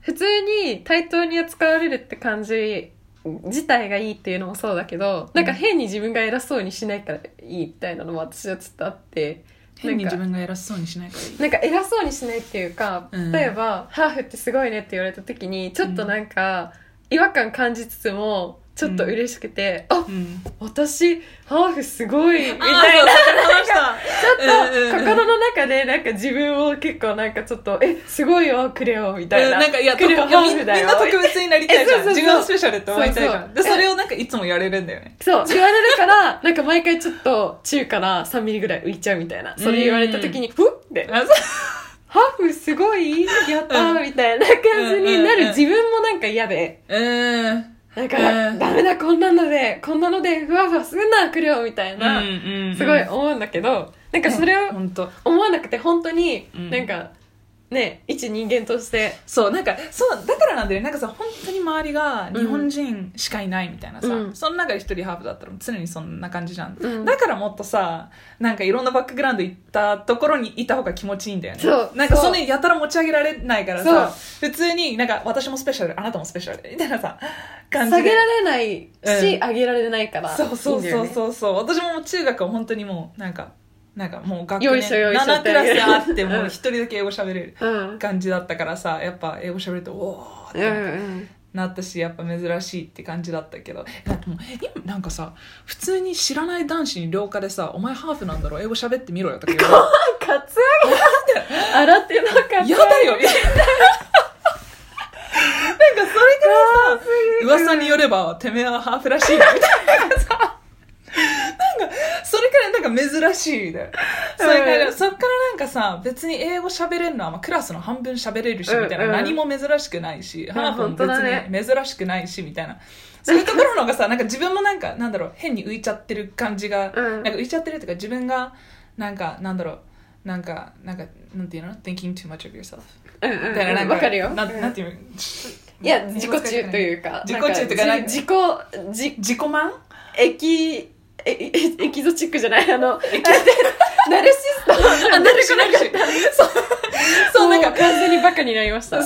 [SPEAKER 2] 普通に対等に扱われるって感じ自体がいいっていうのもそうだけど、なんか変に自分が偉そうにしないからいいみたいなのも私はちょっとあって
[SPEAKER 1] 変に自分が偉そうにしないからいい
[SPEAKER 2] なんか偉そうにしないっていうか、
[SPEAKER 1] うん
[SPEAKER 2] 例えば「ハーフってすごいね」って言われた時にちょっとなんか違和感感じつつもちょっと嬉しくて「あ
[SPEAKER 1] うん、
[SPEAKER 2] 私ハーフすごい」み
[SPEAKER 1] みた
[SPEAKER 2] たい
[SPEAKER 1] い
[SPEAKER 2] な
[SPEAKER 1] な話した
[SPEAKER 2] ちょっと
[SPEAKER 1] うんうんうん
[SPEAKER 2] 心の中でなんか自分を結構なんかちょっと「えすごいよクレヨン」みたいな
[SPEAKER 1] うん
[SPEAKER 2] 「
[SPEAKER 1] なんか、いや、
[SPEAKER 2] クレヨン
[SPEAKER 1] と
[SPEAKER 2] ハ
[SPEAKER 1] こみ
[SPEAKER 2] ー
[SPEAKER 1] み
[SPEAKER 2] フ
[SPEAKER 1] ん
[SPEAKER 2] だよ
[SPEAKER 1] な」特別になりたいじゃん。
[SPEAKER 2] えそうそうそう
[SPEAKER 1] 自分はスペシャルって思いたいじゃん。
[SPEAKER 2] そうそ
[SPEAKER 1] で、
[SPEAKER 2] う
[SPEAKER 1] それをなんかいつもやれるんだよね。
[SPEAKER 2] そう言われるからなんか毎回ちょっと中から3ミリぐらい浮いちゃうみたいなそれ言われた時に「ふっ!」って
[SPEAKER 1] あ、そう。
[SPEAKER 2] 「ハーフすごいやった
[SPEAKER 1] う
[SPEAKER 2] ー」
[SPEAKER 1] ん
[SPEAKER 2] みたいな感じになる自分もなんか嫌で。
[SPEAKER 1] うーん。
[SPEAKER 2] なんか、
[SPEAKER 1] うん
[SPEAKER 2] ダメだ、こんなので、こんなので、ふわふわすんな、来るよ、みたい
[SPEAKER 1] う
[SPEAKER 2] な、
[SPEAKER 1] んうん
[SPEAKER 2] すごい思うんだけど、なんかそれを
[SPEAKER 1] 本当。
[SPEAKER 2] 思わなくて、本当に
[SPEAKER 1] うん、
[SPEAKER 2] なんか、ね、一人間として、
[SPEAKER 1] そう、なんか、そう、だからなんだよね。なんかさ、本当に周りが日本人しかいないみたいなさ、
[SPEAKER 2] うん
[SPEAKER 1] その中で一人ハーフだったら常にそんな感じじゃん。
[SPEAKER 2] うん
[SPEAKER 1] だからもっとさ、なんかいろんなバックグラウンド行ったところにいた方が気持ちいいんだよね。
[SPEAKER 2] そう
[SPEAKER 1] なんか
[SPEAKER 2] そう
[SPEAKER 1] そんなにやたら持ち上げられないからさ、普通になんか私もスペシャル、あなたもスペシャル、みたいなさ、感じで。
[SPEAKER 2] 下げられないし、
[SPEAKER 1] うん
[SPEAKER 2] 上げられないから、
[SPEAKER 1] そうそう
[SPEAKER 2] いいんだよ
[SPEAKER 1] そう
[SPEAKER 2] ね
[SPEAKER 1] そうそう私ももう中学は本当にもうなんかなんかもう学
[SPEAKER 2] よ
[SPEAKER 1] 年
[SPEAKER 2] いしょよいしょ
[SPEAKER 1] 7クラスあっても
[SPEAKER 2] う
[SPEAKER 1] うん一人だけ英語喋れる
[SPEAKER 2] うん。
[SPEAKER 1] 感じだったからさやっぱ英語喋るとおおって、
[SPEAKER 2] うんうん。
[SPEAKER 1] なったしやっぱ珍しいって感じだったけどなんかもう今なんかさ普通に知らない男子に廊下でさ「お前ハーフなんだろ英語喋ってみろよ」とか言われて
[SPEAKER 2] カツアゲ洗ってなかった。
[SPEAKER 1] やだよみたいな。なんかそれからさ、噂によれば、てめえはハーフらしいなみたいなさ、なんか、それからいなんか珍しいみたいな。それから、
[SPEAKER 2] うん
[SPEAKER 1] そっからなんかさ、別に英語喋れるのは、まあ、クラスの半分喋れるし、みたいな、
[SPEAKER 2] うんうん
[SPEAKER 1] 何も珍しくないし、ハーフも
[SPEAKER 2] 本当だね
[SPEAKER 1] 別に珍しくないし、みたいな。そういうところの方がさ、なんか自分もなんか、なんだろう、変に浮いちゃってる感じが、
[SPEAKER 2] うん
[SPEAKER 1] なんか浮いちゃってるというか、自分が、なんか、なんだろう、なんか、なんか、なんていうの ?thinking too much of yourself.
[SPEAKER 2] うんうん
[SPEAKER 1] みたいな、なん
[SPEAKER 2] わかるよ。
[SPEAKER 1] な
[SPEAKER 2] うん
[SPEAKER 1] なんていうの
[SPEAKER 2] いや、自己中というか。
[SPEAKER 1] 自己中というかな
[SPEAKER 2] な
[SPEAKER 1] んん
[SPEAKER 2] か
[SPEAKER 1] か
[SPEAKER 2] じ自己、じ、
[SPEAKER 1] 自己満
[SPEAKER 2] エキ、え えエキゾチックじゃないあ の、 ナルシスト。あ、
[SPEAKER 1] 出てこな
[SPEAKER 2] し
[SPEAKER 1] いそう、そう、なんか、
[SPEAKER 2] 完全にバカになりました。エ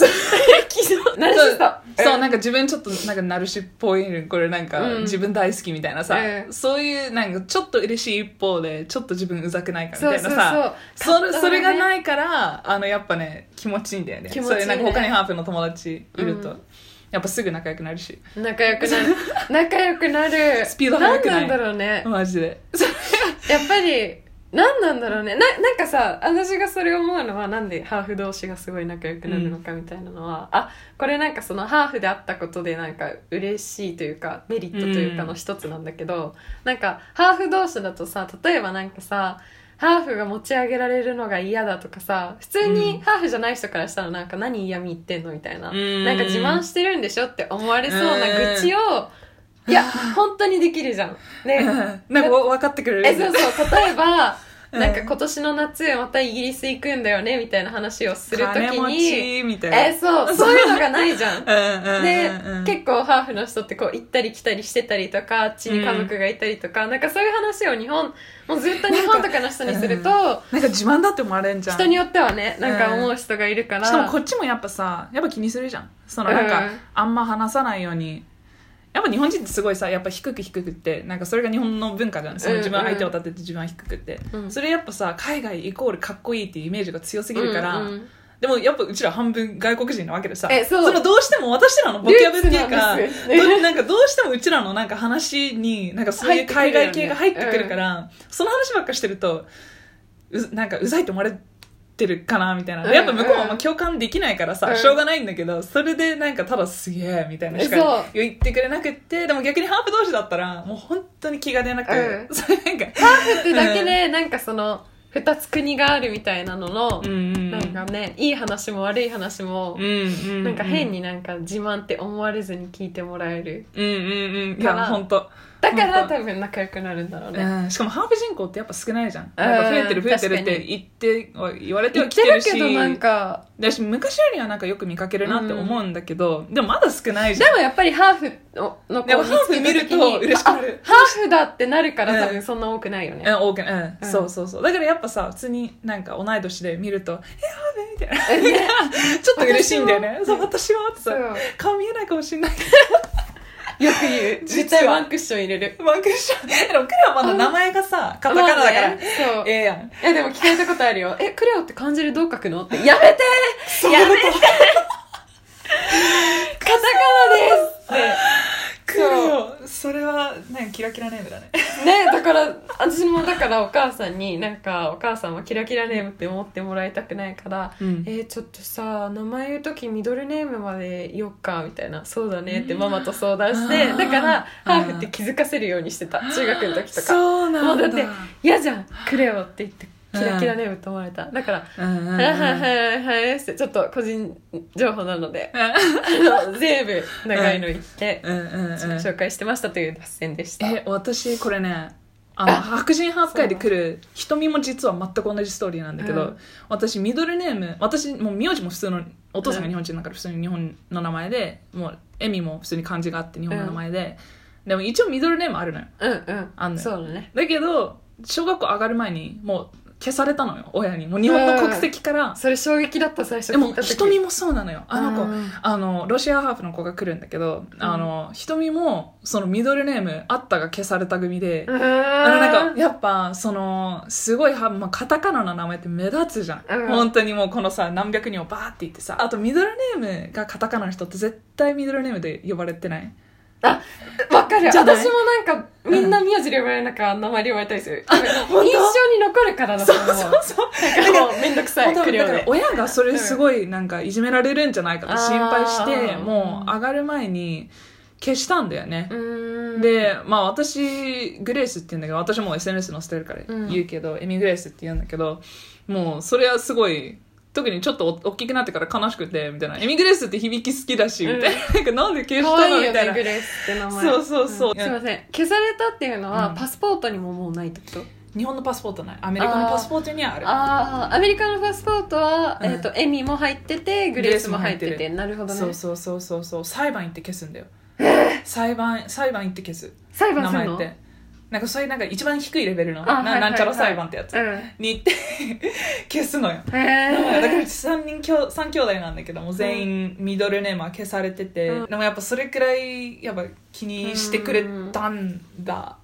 [SPEAKER 2] キゾ、ナルシスト。
[SPEAKER 1] そう、なんか自分ちょっと、なんか、ナルシっぽい、これなんか、
[SPEAKER 2] うん
[SPEAKER 1] 自分大好きみたいなさ、
[SPEAKER 2] うん
[SPEAKER 1] そういう、なんか、ちょっと嬉しい一方で、ちょっと自分うざくないかみ
[SPEAKER 2] そ
[SPEAKER 1] た
[SPEAKER 2] う
[SPEAKER 1] い
[SPEAKER 2] そ
[SPEAKER 1] な
[SPEAKER 2] うそ
[SPEAKER 1] さ、
[SPEAKER 2] う
[SPEAKER 1] それ、それが
[SPEAKER 2] い。
[SPEAKER 1] ないから、あの、やっぱね、気持ちいいんだよね。
[SPEAKER 2] 気持ちいい
[SPEAKER 1] それ、な
[SPEAKER 2] ね
[SPEAKER 1] んか、他にハーフの友達いると、
[SPEAKER 2] うん
[SPEAKER 1] やっぱすぐ仲良くなるし、
[SPEAKER 2] 仲良くなる。 仲良くなる。
[SPEAKER 1] スピード速くない
[SPEAKER 2] んなんだろうね。
[SPEAKER 1] マジで。
[SPEAKER 2] やっぱり、何なんだろうね。な、なんかさ、私がそれ思うのは、なんでハーフ同士がすごい仲良くなるのかみたいなのは、あ、これなんかそのハーフであったことでなんか嬉しいというか、メリットというかの一つなんだけど、なんかハーフ同士だとさ、例えばなんかさ、ハーフが持ち上げられるのが嫌だとかさ、普通
[SPEAKER 1] う
[SPEAKER 2] に
[SPEAKER 1] ん
[SPEAKER 2] ハーフじゃない人からしたらなんか何嫌味言ってんのみたいな。
[SPEAKER 1] うん
[SPEAKER 2] なんか自慢してるんでしょって思われそうな愚痴を、
[SPEAKER 1] うん
[SPEAKER 2] いや、本当にできるじゃん。 ね。
[SPEAKER 1] なんか、わ分かってくれる。
[SPEAKER 2] えそうそう例えば、
[SPEAKER 1] うん
[SPEAKER 2] なんか今年の夏またイギリス行くんだよねみたいな話をするとき
[SPEAKER 1] 金
[SPEAKER 2] に
[SPEAKER 1] 持ちみたいな。
[SPEAKER 2] えそうそういうのがない じゃんで、
[SPEAKER 1] 結
[SPEAKER 2] 結構ハーフの人ってこう行ったり来たりしてたりとかあっちに家族がいたりとか、なんかそういう話を日本もうずっと日本とかの人にすると、
[SPEAKER 1] なんか自慢だって思われんじゃん
[SPEAKER 2] 人によってはねなんか思う人がいるから、
[SPEAKER 1] しかもこっちもやっぱさやっぱ気にするじゃんそのなんか、
[SPEAKER 2] うん
[SPEAKER 1] あんま話さないようにやっぱ日本人ってすごいさやっぱ低く低くってなんかそれが日本の文化じゃんその自分
[SPEAKER 2] うんうん
[SPEAKER 1] 相手を立てて自分は低くって、
[SPEAKER 2] うん
[SPEAKER 1] それやっぱさ海外イコールかっこいいっていうイメージが強すぎるから、
[SPEAKER 2] うんうん
[SPEAKER 1] でもやっぱうちら半分外国人なわけでさ
[SPEAKER 2] えそう
[SPEAKER 1] のどうしても私らのボキャブっていうか
[SPEAKER 2] ルーツなんですよね
[SPEAKER 1] どなんかどうしてもうちらのなんか話になんかそういう海外系が入ってくるからその話ばっかしてるとうなんかうざいと思われてるかなみたいな、
[SPEAKER 2] うん
[SPEAKER 1] やっぱ向こうはまあ共感できないからさ、
[SPEAKER 2] うん
[SPEAKER 1] しょうがないんだけどそれでなんかただすげえみたいなし
[SPEAKER 2] そう
[SPEAKER 1] か言ってくれなくってでも逆にハーフ同士だったらもう本当に気が出なくて、
[SPEAKER 2] う
[SPEAKER 1] それなんか
[SPEAKER 2] ハーフってだけでなんかその2つ国があるみたいなのの、
[SPEAKER 1] ん
[SPEAKER 2] なんかねいい話も悪い話も、なんか変になんか自慢って思われずに聞いてもらえる。
[SPEAKER 1] うんうんうんい
[SPEAKER 2] かな
[SPEAKER 1] や本当
[SPEAKER 2] だから
[SPEAKER 1] 本当
[SPEAKER 2] 多分仲良くなるんだろうね。
[SPEAKER 1] うん、しかもハーフ人口ってやっぱ少ないじゃん。なんか増えてる増えてるっ
[SPEAKER 2] 確か
[SPEAKER 1] て
[SPEAKER 2] に
[SPEAKER 1] 言っては言われて
[SPEAKER 2] 言
[SPEAKER 1] は
[SPEAKER 2] っ
[SPEAKER 1] き
[SPEAKER 2] て
[SPEAKER 1] て
[SPEAKER 2] る
[SPEAKER 1] るし、
[SPEAKER 2] けどなんか、
[SPEAKER 1] だし昔よりはなんかよく見かけるなって思うんだけど、でもまだ少ないじ
[SPEAKER 2] で
[SPEAKER 1] ゃん。
[SPEAKER 2] もやっぱりハーフのの子
[SPEAKER 1] でも
[SPEAKER 2] を見つけた時
[SPEAKER 1] ハーフ
[SPEAKER 2] に
[SPEAKER 1] 見ると嬉しくなる
[SPEAKER 2] あハーフだってなるから多
[SPEAKER 1] う
[SPEAKER 2] 分
[SPEAKER 1] ん
[SPEAKER 2] そんな多くないよ
[SPEAKER 1] う
[SPEAKER 2] ね。
[SPEAKER 1] ん、多くない。うん、
[SPEAKER 2] うん
[SPEAKER 1] そうそうそう。だからやっぱさ、普通になんか同い年で見ると、え、ハーフみたいな。
[SPEAKER 2] ね
[SPEAKER 1] ちょっと嬉しいんだよね。
[SPEAKER 2] 私も
[SPEAKER 1] そう、私はって
[SPEAKER 2] そ
[SPEAKER 1] さ
[SPEAKER 2] う。、
[SPEAKER 1] 顔見えないかもしれないけ
[SPEAKER 2] よく言う。絶対ワンクッション入れる。
[SPEAKER 1] ど、ワンクッション。え、でもクレアはまだ名前がさ、カタカナだから
[SPEAKER 2] まあ。ねそう。
[SPEAKER 1] ええやん。
[SPEAKER 2] いやでも聞かれたことあるよ。え、クレオって漢字でどう書くのって。やめてやめてカタカナです
[SPEAKER 1] クレア、それは、ね、キラキラネームだね。
[SPEAKER 2] って。ね、だから、私もだからお母さんに、なんか、お母さんはキラキラネームって思ってもらいたくないから、
[SPEAKER 1] うん
[SPEAKER 2] えーちょっとさ、名前言うときミドルネームまで言おっか、みたいな。そうだねってママと相談して、
[SPEAKER 1] うん
[SPEAKER 2] だから、
[SPEAKER 1] うん
[SPEAKER 2] ハーフって気づかせるようにしてた。中学の時とか。
[SPEAKER 1] そう
[SPEAKER 2] も
[SPEAKER 1] な
[SPEAKER 2] うんだ
[SPEAKER 1] だ。
[SPEAKER 2] って嫌じゃんクレオって言ってキラキラネームと思われた、だから「
[SPEAKER 1] うんうんうん
[SPEAKER 2] はいはいはいはい」ってちょっと個人情報なのであの全部長いの言って
[SPEAKER 1] うんうんうん
[SPEAKER 2] 紹介してましたという脱線でした、
[SPEAKER 1] え私これねあの白人ハーフ会で来る瞳も実は全く同じストーリーなんだけど、
[SPEAKER 2] うん
[SPEAKER 1] 私ミドルネーム私もう名字も普通のお父さん
[SPEAKER 2] うん
[SPEAKER 1] が日本人だから普通に日本の名前でもうエミも普通に漢字があって日本の名前で、でも一応ミドルネームあるのよ
[SPEAKER 2] うんうん
[SPEAKER 1] あんのよ
[SPEAKER 2] そうだね
[SPEAKER 1] だけど小学校上がる前にもう消されたのよ親にもう日本の国籍から、
[SPEAKER 2] それ衝撃だった最初
[SPEAKER 1] で
[SPEAKER 2] 聞い
[SPEAKER 1] も
[SPEAKER 2] た時
[SPEAKER 1] 瞳もそうなのよあの子
[SPEAKER 2] うん
[SPEAKER 1] あのロシアハーフの子が来るんだけど、あの瞳もそのミドルネームあったが消された組で、
[SPEAKER 2] うん
[SPEAKER 1] あのなんかやっぱそのすごいは、まあ、カタカナの名前って目立つじゃん、
[SPEAKER 2] うん
[SPEAKER 1] 本当にもうこのさ何百人をバーって言ってさあとミドルネームがカタカナの人って絶対ミドルネームで呼ばれてない
[SPEAKER 2] わかる
[SPEAKER 1] じゃない
[SPEAKER 2] 私もなんかみんな名字で呼ばれる中名前で呼ばれたり する印象
[SPEAKER 1] 当
[SPEAKER 2] に残るからだと思う
[SPEAKER 1] そうそう
[SPEAKER 2] なんかもうめんどくさい
[SPEAKER 1] 多分
[SPEAKER 2] 苦慮
[SPEAKER 1] だから
[SPEAKER 2] で
[SPEAKER 1] 親がそれすごいなんかいじめられるんじゃないかと心配して
[SPEAKER 2] あー
[SPEAKER 1] もう上がる前に消したんだよね、
[SPEAKER 2] うーん
[SPEAKER 1] でまあ私グレースって言うんだけど私も SNS 載せてるから
[SPEAKER 2] うん
[SPEAKER 1] 言うけど、エミグレースって言うんだけどもうそれはすごい特にちょっとお大きくなってから悲しくてみたいなエミグレースって響き好きだしみたいな,、 なんかなんで消し
[SPEAKER 2] 可
[SPEAKER 1] た
[SPEAKER 2] 愛
[SPEAKER 1] の
[SPEAKER 2] い
[SPEAKER 1] み
[SPEAKER 2] よ
[SPEAKER 1] たい
[SPEAKER 2] ね
[SPEAKER 1] な
[SPEAKER 2] グレースって名前
[SPEAKER 1] そうそうそうん
[SPEAKER 2] すいません消されたっていうのは、
[SPEAKER 1] うん
[SPEAKER 2] パスポートにももうないってこと
[SPEAKER 1] 日本のパスポートないアメリカのパスポートにはある
[SPEAKER 2] ああアメリカのパスポートは、
[SPEAKER 1] うん
[SPEAKER 2] えっとエミも入っててグレースも入ってて
[SPEAKER 1] グレースも入って
[SPEAKER 2] なるほどね
[SPEAKER 1] そうそうそうそうそう裁判行って消すんだよ裁判裁判行って消す
[SPEAKER 2] 裁
[SPEAKER 1] 名
[SPEAKER 2] 判する
[SPEAKER 1] 前
[SPEAKER 2] の
[SPEAKER 1] ってなんかそういうなんか一番低いレベルの
[SPEAKER 2] あ
[SPEAKER 1] な,、
[SPEAKER 2] はいはいはい
[SPEAKER 1] なんちゃら裁判ってやつ、
[SPEAKER 2] うん
[SPEAKER 1] に行って 消すのよ だ
[SPEAKER 2] へ
[SPEAKER 1] から
[SPEAKER 2] え
[SPEAKER 1] うち3人きょ三兄弟なんだけども全員ミドルネームは消されてて、
[SPEAKER 2] うん
[SPEAKER 1] でもやっぱそれくらいやっぱ気にしてくれたんだ、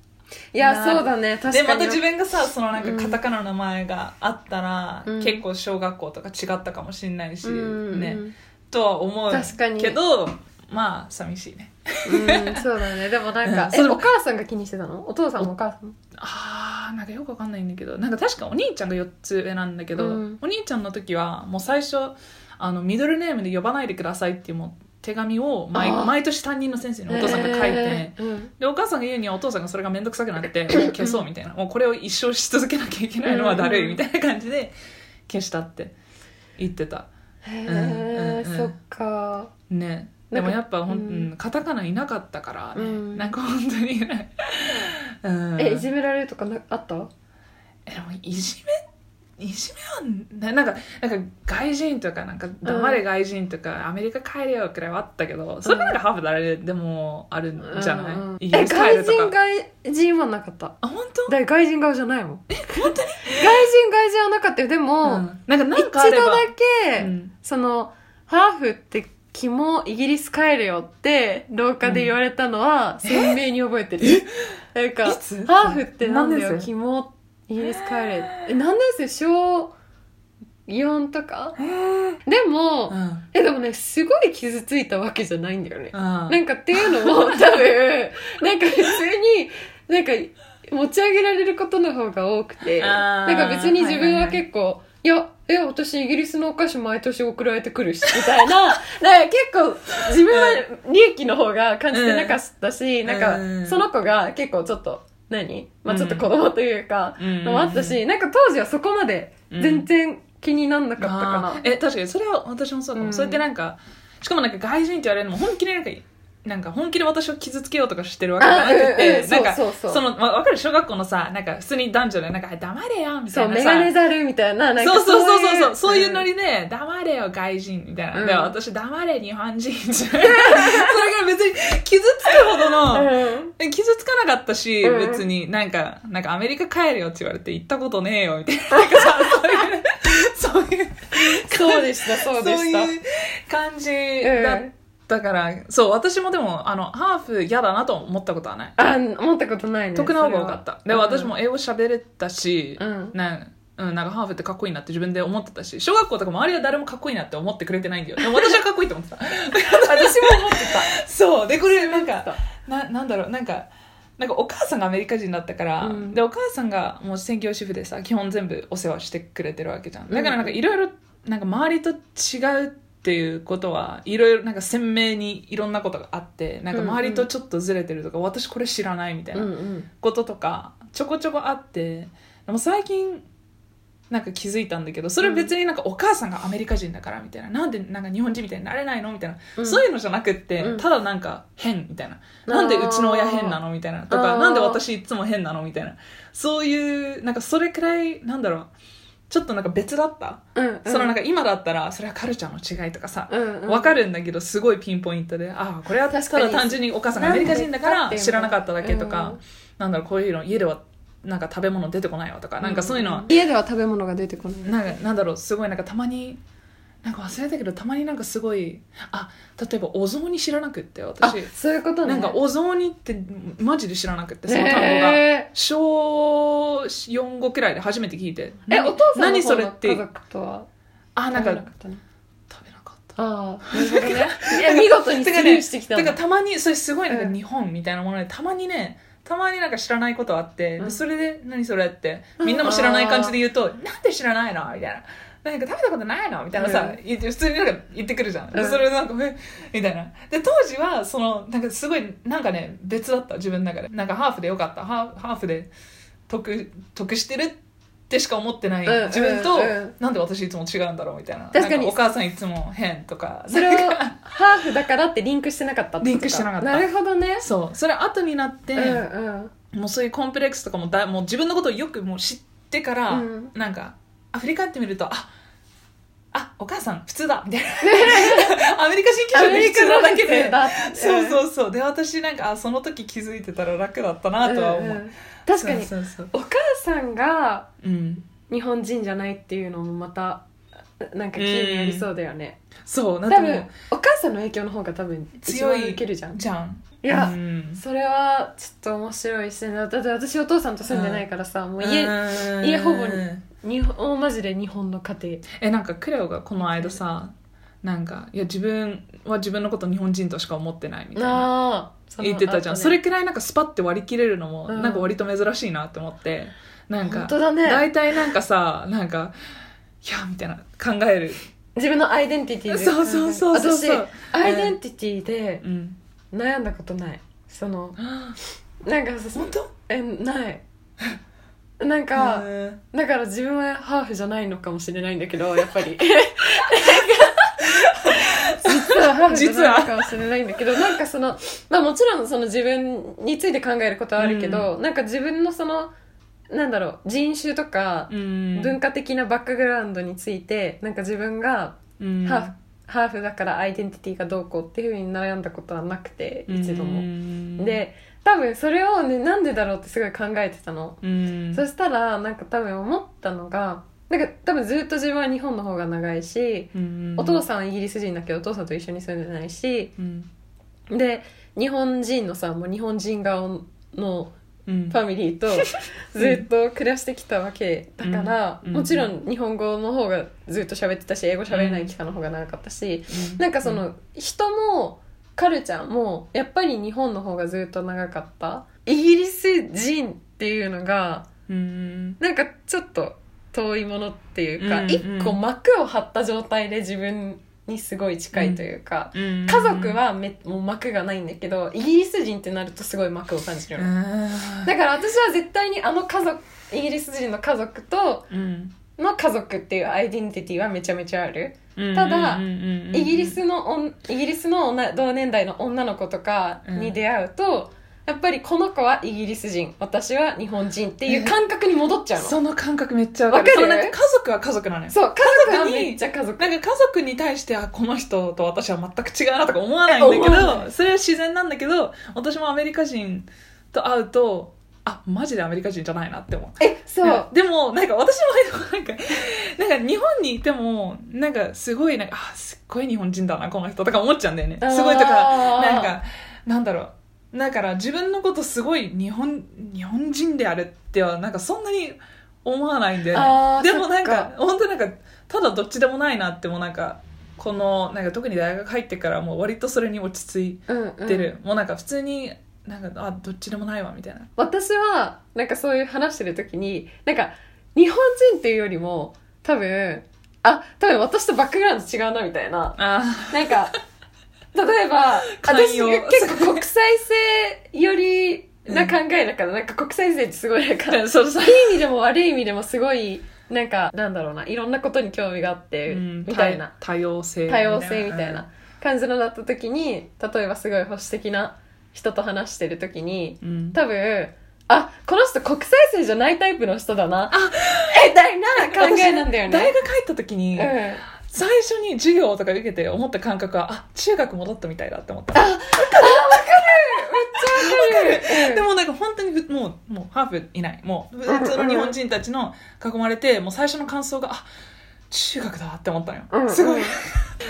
[SPEAKER 2] いやそうだね確か
[SPEAKER 1] で
[SPEAKER 2] に
[SPEAKER 1] また自分がさそのなんかカタカナの名前があったら、
[SPEAKER 2] うん
[SPEAKER 1] 結構小学校とか違ったかもしれないし、
[SPEAKER 2] うん
[SPEAKER 1] ね、とは思う
[SPEAKER 2] 確かに
[SPEAKER 1] けどまあ寂しいね
[SPEAKER 2] うんそうだねでもなんか、
[SPEAKER 1] うん
[SPEAKER 2] え
[SPEAKER 1] それ
[SPEAKER 2] お母さんが気にしてたのお父さんもお母さんも
[SPEAKER 1] あーなんかよくわかんないんだけどなんか確かお兄ちゃんが4つ上なんだけど、
[SPEAKER 2] うん
[SPEAKER 1] お兄ちゃんの時はもう最初あのミドルネームで呼ばないでくださいっていうもう手紙を毎
[SPEAKER 2] あー
[SPEAKER 1] 毎年担任の先生にお父さんが書いて、
[SPEAKER 2] へーうん
[SPEAKER 1] でお母さんが言うにはお父さんがそれが面倒くさくな ってもう消そうみたいなもうこれを一生し続けなきゃいけないのはだるいみたいな感じで消したって言ってたう
[SPEAKER 2] へ
[SPEAKER 1] んうん
[SPEAKER 2] え
[SPEAKER 1] うん
[SPEAKER 2] そっか
[SPEAKER 1] ね
[SPEAKER 2] な
[SPEAKER 1] で
[SPEAKER 2] んか
[SPEAKER 1] もやっぱほん、
[SPEAKER 2] うん
[SPEAKER 1] うんカタカナいなかったから、ね
[SPEAKER 2] うん
[SPEAKER 1] なんか本当に、 うん、
[SPEAKER 2] えいじめられるとかなあった
[SPEAKER 1] えでもいじめいじめはななんかなんか外人とかなんか黙れ外人とか、アメリカ帰れよくらいはあったけどそれなんかハーフ誰でもあるんじゃない、
[SPEAKER 2] うん
[SPEAKER 1] イギ
[SPEAKER 2] え
[SPEAKER 1] リス帰
[SPEAKER 2] 外
[SPEAKER 1] れとか
[SPEAKER 2] 人外人はなかった
[SPEAKER 1] あ本当
[SPEAKER 2] だから外人顔じゃないもんえ本当に外人外人はなかったよでも、
[SPEAKER 1] うんなんかな
[SPEAKER 2] 一
[SPEAKER 1] ん
[SPEAKER 2] 度
[SPEAKER 1] か
[SPEAKER 2] だ
[SPEAKER 1] あれば
[SPEAKER 2] け、
[SPEAKER 1] うん
[SPEAKER 2] そのハーフってキモイギリス帰るよって廊下で言われたのは鮮明に覚えてる、なんか
[SPEAKER 1] いつ
[SPEAKER 2] ハーフってなんだ
[SPEAKER 1] 何
[SPEAKER 2] よ
[SPEAKER 1] 年生
[SPEAKER 2] キモイギリス帰れえ何年生小4とかでも、
[SPEAKER 1] うんうん
[SPEAKER 2] えでもねすごい傷ついたわけじゃないんだよね、
[SPEAKER 1] あ
[SPEAKER 2] なんかっていうのも多分なんか普通になんか持ち上げられることの方が多くて
[SPEAKER 1] あ
[SPEAKER 2] な
[SPEAKER 1] ー
[SPEAKER 2] んか別に自
[SPEAKER 1] は
[SPEAKER 2] 分
[SPEAKER 1] いはい
[SPEAKER 2] は
[SPEAKER 1] はい
[SPEAKER 2] 結構、いやえ私イギリスのお菓子毎年送られてくるしみた いななんか結構自分は利益の方が感じてなかったし、
[SPEAKER 1] ん
[SPEAKER 2] な
[SPEAKER 1] うん
[SPEAKER 2] んかその子が結構ちょっと何、まあ、ちょっと子供というか
[SPEAKER 1] うん
[SPEAKER 2] のもあったし、なんか当時はそこまで全然気になんなかったかな。
[SPEAKER 1] あーえ確かにそれは私もそうかも、
[SPEAKER 2] うん
[SPEAKER 1] それってなんかしかもなんか外人って言われるのも本気でなんかなんか本気で私を傷つけようとかしてるわけじゃなく
[SPEAKER 2] あうん
[SPEAKER 1] て、
[SPEAKER 2] うん
[SPEAKER 1] なんか
[SPEAKER 2] そうそうそう
[SPEAKER 1] のわわかる小学校のさなんか普通に男女でなんかはい黙れよみた
[SPEAKER 2] そう、
[SPEAKER 1] いな
[SPEAKER 2] メ
[SPEAKER 1] さ
[SPEAKER 2] ガネザルみたいな、なんか
[SPEAKER 1] そうそうそうそう
[SPEAKER 2] い
[SPEAKER 1] そうそういうんノリで「黙れよ外人」みたいな、
[SPEAKER 2] うん
[SPEAKER 1] で私「黙れ日本人」 それから別に傷つくほどの、
[SPEAKER 2] うん
[SPEAKER 1] 傷つかなかったし、
[SPEAKER 2] うん
[SPEAKER 1] 別になんか、なんかアメリカ帰るよって言われて行ったことねえよ、みたいな。 なんかさ、そういう、そういう
[SPEAKER 2] そうでした、そうで
[SPEAKER 1] そう
[SPEAKER 2] した。
[SPEAKER 1] いう感じだったから、そう、私もでも、あの、ハーフ嫌だなと思ったことはない。
[SPEAKER 2] あ、思ったことないね。
[SPEAKER 1] 得な方が多かった。
[SPEAKER 2] そ
[SPEAKER 1] で
[SPEAKER 2] れ
[SPEAKER 1] も
[SPEAKER 2] は
[SPEAKER 1] 私、も英語喋れたし、
[SPEAKER 2] うん
[SPEAKER 1] なんうん、なんかハーフってかっこいいなって自分で思ってたし、小学校とか周りは誰もかっこいいなって思ってくれてないんだよ。でも私はかっこいいと思ってた。
[SPEAKER 2] 私も思って
[SPEAKER 1] そう。で、これなんか
[SPEAKER 2] た。、
[SPEAKER 1] ななんだろうなんかなんかお母さんがアメリカ人だったから、
[SPEAKER 2] うん
[SPEAKER 1] でお母さんがもう専業主婦でさ基本全部お世話してくれてるわけじゃんだからなんかいろいろなんか周りと違うっていうことはいろいろなんか鮮明にいろんなことがあってなんか周りとちょっとずれてるとか、私これ知らないみたい
[SPEAKER 2] うん
[SPEAKER 1] な
[SPEAKER 2] うん。
[SPEAKER 1] こととかちょこちょこあってでも最近なんか気づいたんだけどそれ別になんかお母さんがアメリカ人だからみたいな、なんでなんか日本人みたいになれないのみたいな、
[SPEAKER 2] うん
[SPEAKER 1] そういうのじゃなくって、
[SPEAKER 2] うん
[SPEAKER 1] ただなんか変みたいななんでうちの親変なのみたいなとか
[SPEAKER 2] あー
[SPEAKER 1] なんで私いつも変なのみたいなそういうなんかそれくらいなんだろうちょっとなんか別だった、
[SPEAKER 2] うん。
[SPEAKER 1] そのなんか今だったらそれはカルチャーの違いとかさ、
[SPEAKER 2] うんうん
[SPEAKER 1] わかるんだけどすごいピンポイントでああこれはた
[SPEAKER 2] 確か
[SPEAKER 1] だ
[SPEAKER 2] に
[SPEAKER 1] 単純にお母さんがアメリカ人だか
[SPEAKER 2] な
[SPEAKER 1] ら
[SPEAKER 2] んでかっていうの
[SPEAKER 1] 知らなかっただけとか、
[SPEAKER 2] うん
[SPEAKER 1] なんだろうこういうの家ではなんか食べ物出てこないわとか、なんかそういうのは、
[SPEAKER 2] 家では食べ物が出てこない
[SPEAKER 1] なんかなんだろうすごいなんかたまになんか忘れたけどたまになんかすごいあ例えばお雑煮知らなくって
[SPEAKER 2] あ
[SPEAKER 1] 私、
[SPEAKER 2] そういうことね
[SPEAKER 1] なんかお雑煮ってマジで知らなくってその単語が、
[SPEAKER 2] え
[SPEAKER 1] 小45くらいで初めて聞いて
[SPEAKER 2] ーえお父さんの
[SPEAKER 1] 何
[SPEAKER 2] 方
[SPEAKER 1] それ
[SPEAKER 2] の
[SPEAKER 1] って
[SPEAKER 2] 家族とは
[SPEAKER 1] あなんか
[SPEAKER 2] 食べ
[SPEAKER 1] 食
[SPEAKER 2] ったの
[SPEAKER 1] べなかった
[SPEAKER 2] ああなるほどね いや見事にスルーしてきた
[SPEAKER 1] だ
[SPEAKER 2] ん
[SPEAKER 1] か
[SPEAKER 2] だ
[SPEAKER 1] らたまにそれすごいなん
[SPEAKER 2] う
[SPEAKER 1] か
[SPEAKER 2] ん
[SPEAKER 1] 日本みたいなものでたまにねたまになんか知らないことあって、
[SPEAKER 2] うん
[SPEAKER 1] それで「何それ?」ってみんなも知らない感じで言うと「なんで知らないの?」みたいな。なんか食べたことないのみたいなさ、
[SPEAKER 2] う
[SPEAKER 1] 言って普通になんか言ってくるじゃん、で
[SPEAKER 2] うん
[SPEAKER 1] それでなんかえみたいなで当時はそのなんかすごいなんかね別だった自分の中でなんかハーフでよかったハーフハーフで得得してるってしか思ってない、
[SPEAKER 2] うん
[SPEAKER 1] 自分と、
[SPEAKER 2] うんうん
[SPEAKER 1] なんで私いつも違うんだろうみたいな
[SPEAKER 2] 確かに
[SPEAKER 1] なんお母さんいつも変とか
[SPEAKER 2] それを
[SPEAKER 1] なんか
[SPEAKER 2] ハーフだからってリンクしてなかったってこと
[SPEAKER 1] リンクしてなかった
[SPEAKER 2] なるほどね
[SPEAKER 1] そうそれ後になって、
[SPEAKER 2] うん
[SPEAKER 1] もうそういうコンプレックスとかもだもう自分のことをよくもう知ってから、
[SPEAKER 2] うん
[SPEAKER 1] なんかアフリカってみるとああお母さん普通だみたい なアメリカ新
[SPEAKER 2] ア
[SPEAKER 1] 規
[SPEAKER 2] メ
[SPEAKER 1] で
[SPEAKER 2] リ
[SPEAKER 1] 普通
[SPEAKER 2] カ
[SPEAKER 1] な
[SPEAKER 2] の
[SPEAKER 1] だ
[SPEAKER 2] だ
[SPEAKER 1] け
[SPEAKER 2] け
[SPEAKER 1] で
[SPEAKER 2] で
[SPEAKER 1] そう
[SPEAKER 2] う
[SPEAKER 1] そうそうで私なんかあその時気づいてたら楽だったなとは思う、
[SPEAKER 2] んん確かに
[SPEAKER 1] そうそうそう
[SPEAKER 2] お母さんが
[SPEAKER 1] うん
[SPEAKER 2] 日本人じゃないっていうのもまたなんか気になりそうだよね、
[SPEAKER 1] そうだって
[SPEAKER 2] 多
[SPEAKER 1] も
[SPEAKER 2] 分
[SPEAKER 1] う
[SPEAKER 2] お母さんの影響の方が多分一
[SPEAKER 1] 強
[SPEAKER 2] 番
[SPEAKER 1] い
[SPEAKER 2] 受けるじゃんい
[SPEAKER 1] じゃん
[SPEAKER 2] や、
[SPEAKER 1] うん
[SPEAKER 2] それはちょっと面白い視点だだって私お父さんと住んでないからさ、もう家、
[SPEAKER 1] うん
[SPEAKER 2] 家ほぼ日本マジで日本の家庭
[SPEAKER 1] えなんかクレオがこの間さなんかいや自分は自分のこと日本人としか思ってないみたいな
[SPEAKER 2] ああ
[SPEAKER 1] 言ってたじゃんそ,、れくらいなんかスパッて割り切れるのも、
[SPEAKER 2] うん
[SPEAKER 1] なんか割と珍しいなって思ってなん
[SPEAKER 2] 本
[SPEAKER 1] か
[SPEAKER 2] 当だね
[SPEAKER 1] 大体なんかさなんかいやみたいな考える、
[SPEAKER 2] 自分のアイデンティティで
[SPEAKER 1] そうそうそうそう
[SPEAKER 2] 私アイデンティティで
[SPEAKER 1] うん、
[SPEAKER 2] 悩んだことないその
[SPEAKER 1] 本
[SPEAKER 2] なんかさ
[SPEAKER 1] 当
[SPEAKER 2] えないなんか、だから自分はハーフじゃないのかもしれないんだけ どやっぱり実はハーフじゃないのかもしれないんだけどなんかそのまあもちろんその自分について考えることはあるけど、なんか自分のそのなんだろう人種とか
[SPEAKER 1] うん
[SPEAKER 2] 文化的なバックグラウンドについてなんか自分が
[SPEAKER 1] うん
[SPEAKER 2] ハーフ,、ハーフだからアイデンティティがどうこうっていうふうに悩んだことはなくて一度も。
[SPEAKER 1] も、
[SPEAKER 2] で多分それをねなんでだろうってすごい考えてたの。
[SPEAKER 1] うん、
[SPEAKER 2] そしたらなんか多分思ったのがなんか多分ずっと自分は日本の方が長いし、
[SPEAKER 1] うん
[SPEAKER 2] お父さんはイギリス人だけどお父さんと一緒に住んでないし
[SPEAKER 1] うん、
[SPEAKER 2] で日本人のさもう日本人顔の
[SPEAKER 1] うん
[SPEAKER 2] ファミリーとずっと暮らしてきたわけだから、
[SPEAKER 1] うん
[SPEAKER 2] もちろん日本語の方がずっと喋ってたし英語喋れない期間の方が長かったし、
[SPEAKER 1] うん
[SPEAKER 2] なんかその人もカルチャーもやっぱり日本の方がずっと長かったイギリス人っていうのが
[SPEAKER 1] うん
[SPEAKER 2] なんかちょっと遠いものっていう
[SPEAKER 1] う
[SPEAKER 2] か
[SPEAKER 1] んうん
[SPEAKER 2] 一、個膜を張った状態で自分にすごい近いというか、
[SPEAKER 1] 家
[SPEAKER 2] 家族はめもう膜がないんだけどイギリス人ってなるとすごい膜を感じるの、だから私は絶対にあの家族イギリス人の家族との家族っていうアイデンティティはめちゃめちゃある、ただイギリスのおんイギリスの女同年代の女の子とかに出会うと、やっぱりこの子はイギリス人私は日本人っていう感覚に戻っちゃうの、
[SPEAKER 1] その感覚めっちゃわかる
[SPEAKER 2] わかる
[SPEAKER 1] そのなんか家族は家族なのよ
[SPEAKER 2] そう、家族はめっちゃ家族。
[SPEAKER 1] なんか家族に対してあこの人と私は全く違うなとか思わないん
[SPEAKER 2] 思わ
[SPEAKER 1] だけ
[SPEAKER 2] な
[SPEAKER 1] どそれは自然なんだけど私もアメリカ人と会うとあマジでアメリカ人じゃないなって思う
[SPEAKER 2] え、そう。
[SPEAKER 1] でもなんか私もなんかなんか日本にいてもなんかすごいなんかあすっごい日本人だなこの人とか思っちゃうんだよね
[SPEAKER 2] あー
[SPEAKER 1] すごいとかなんかなんだろうだから自分のことすごい日本日本人であるってはなんかそんなに思わないんだ
[SPEAKER 2] あ
[SPEAKER 1] よ
[SPEAKER 2] ー
[SPEAKER 1] ねでもなん
[SPEAKER 2] そっ
[SPEAKER 1] か本当なんかただどっちでもないなってもうなんかこのなんか特に大学入ってからもう割とそれに落ち
[SPEAKER 2] うん、
[SPEAKER 1] 着いてる、もうなんか普通になんかあどっちでもないわみたいな
[SPEAKER 2] 私は、なんかそういう話してる時に、なんか、日本人っていうよりも、多分、あ、多分私とバックグラウンド違うな、みたいな。
[SPEAKER 1] あ
[SPEAKER 2] なんか、例えば、
[SPEAKER 1] 寛
[SPEAKER 2] 私
[SPEAKER 1] 容
[SPEAKER 2] が結構国際性よりな考えだから、なんか国際性ってすごいなん か、いい
[SPEAKER 1] あ そうそう
[SPEAKER 2] 意味でも悪い意味でもすごい、なんか、なんだろうな、いろんなことに興味があって、
[SPEAKER 1] うん
[SPEAKER 2] みたいな。
[SPEAKER 1] 多様性
[SPEAKER 2] 多様性みたいな感じのだった時に例えばすごい保守的な人と話してる時に
[SPEAKER 1] うん
[SPEAKER 2] 多分あこの人国際性じゃないタイプの人だなみたいな考えなんだよ
[SPEAKER 1] 私大
[SPEAKER 2] ね。
[SPEAKER 1] 学入った時
[SPEAKER 2] う
[SPEAKER 1] に、
[SPEAKER 2] ん、あ
[SPEAKER 1] 最初に授業とか受けて思った感覚はあ中学戻ったみたいだって思った
[SPEAKER 2] わかるめっちゃわかる
[SPEAKER 1] で
[SPEAKER 2] うん
[SPEAKER 1] もなんか本本当にふもうもうハーフいないもう普通の日本人たちの囲まれてもう最初の感想があ中学だって思ったのよ、
[SPEAKER 2] うん
[SPEAKER 1] すごい、
[SPEAKER 2] うん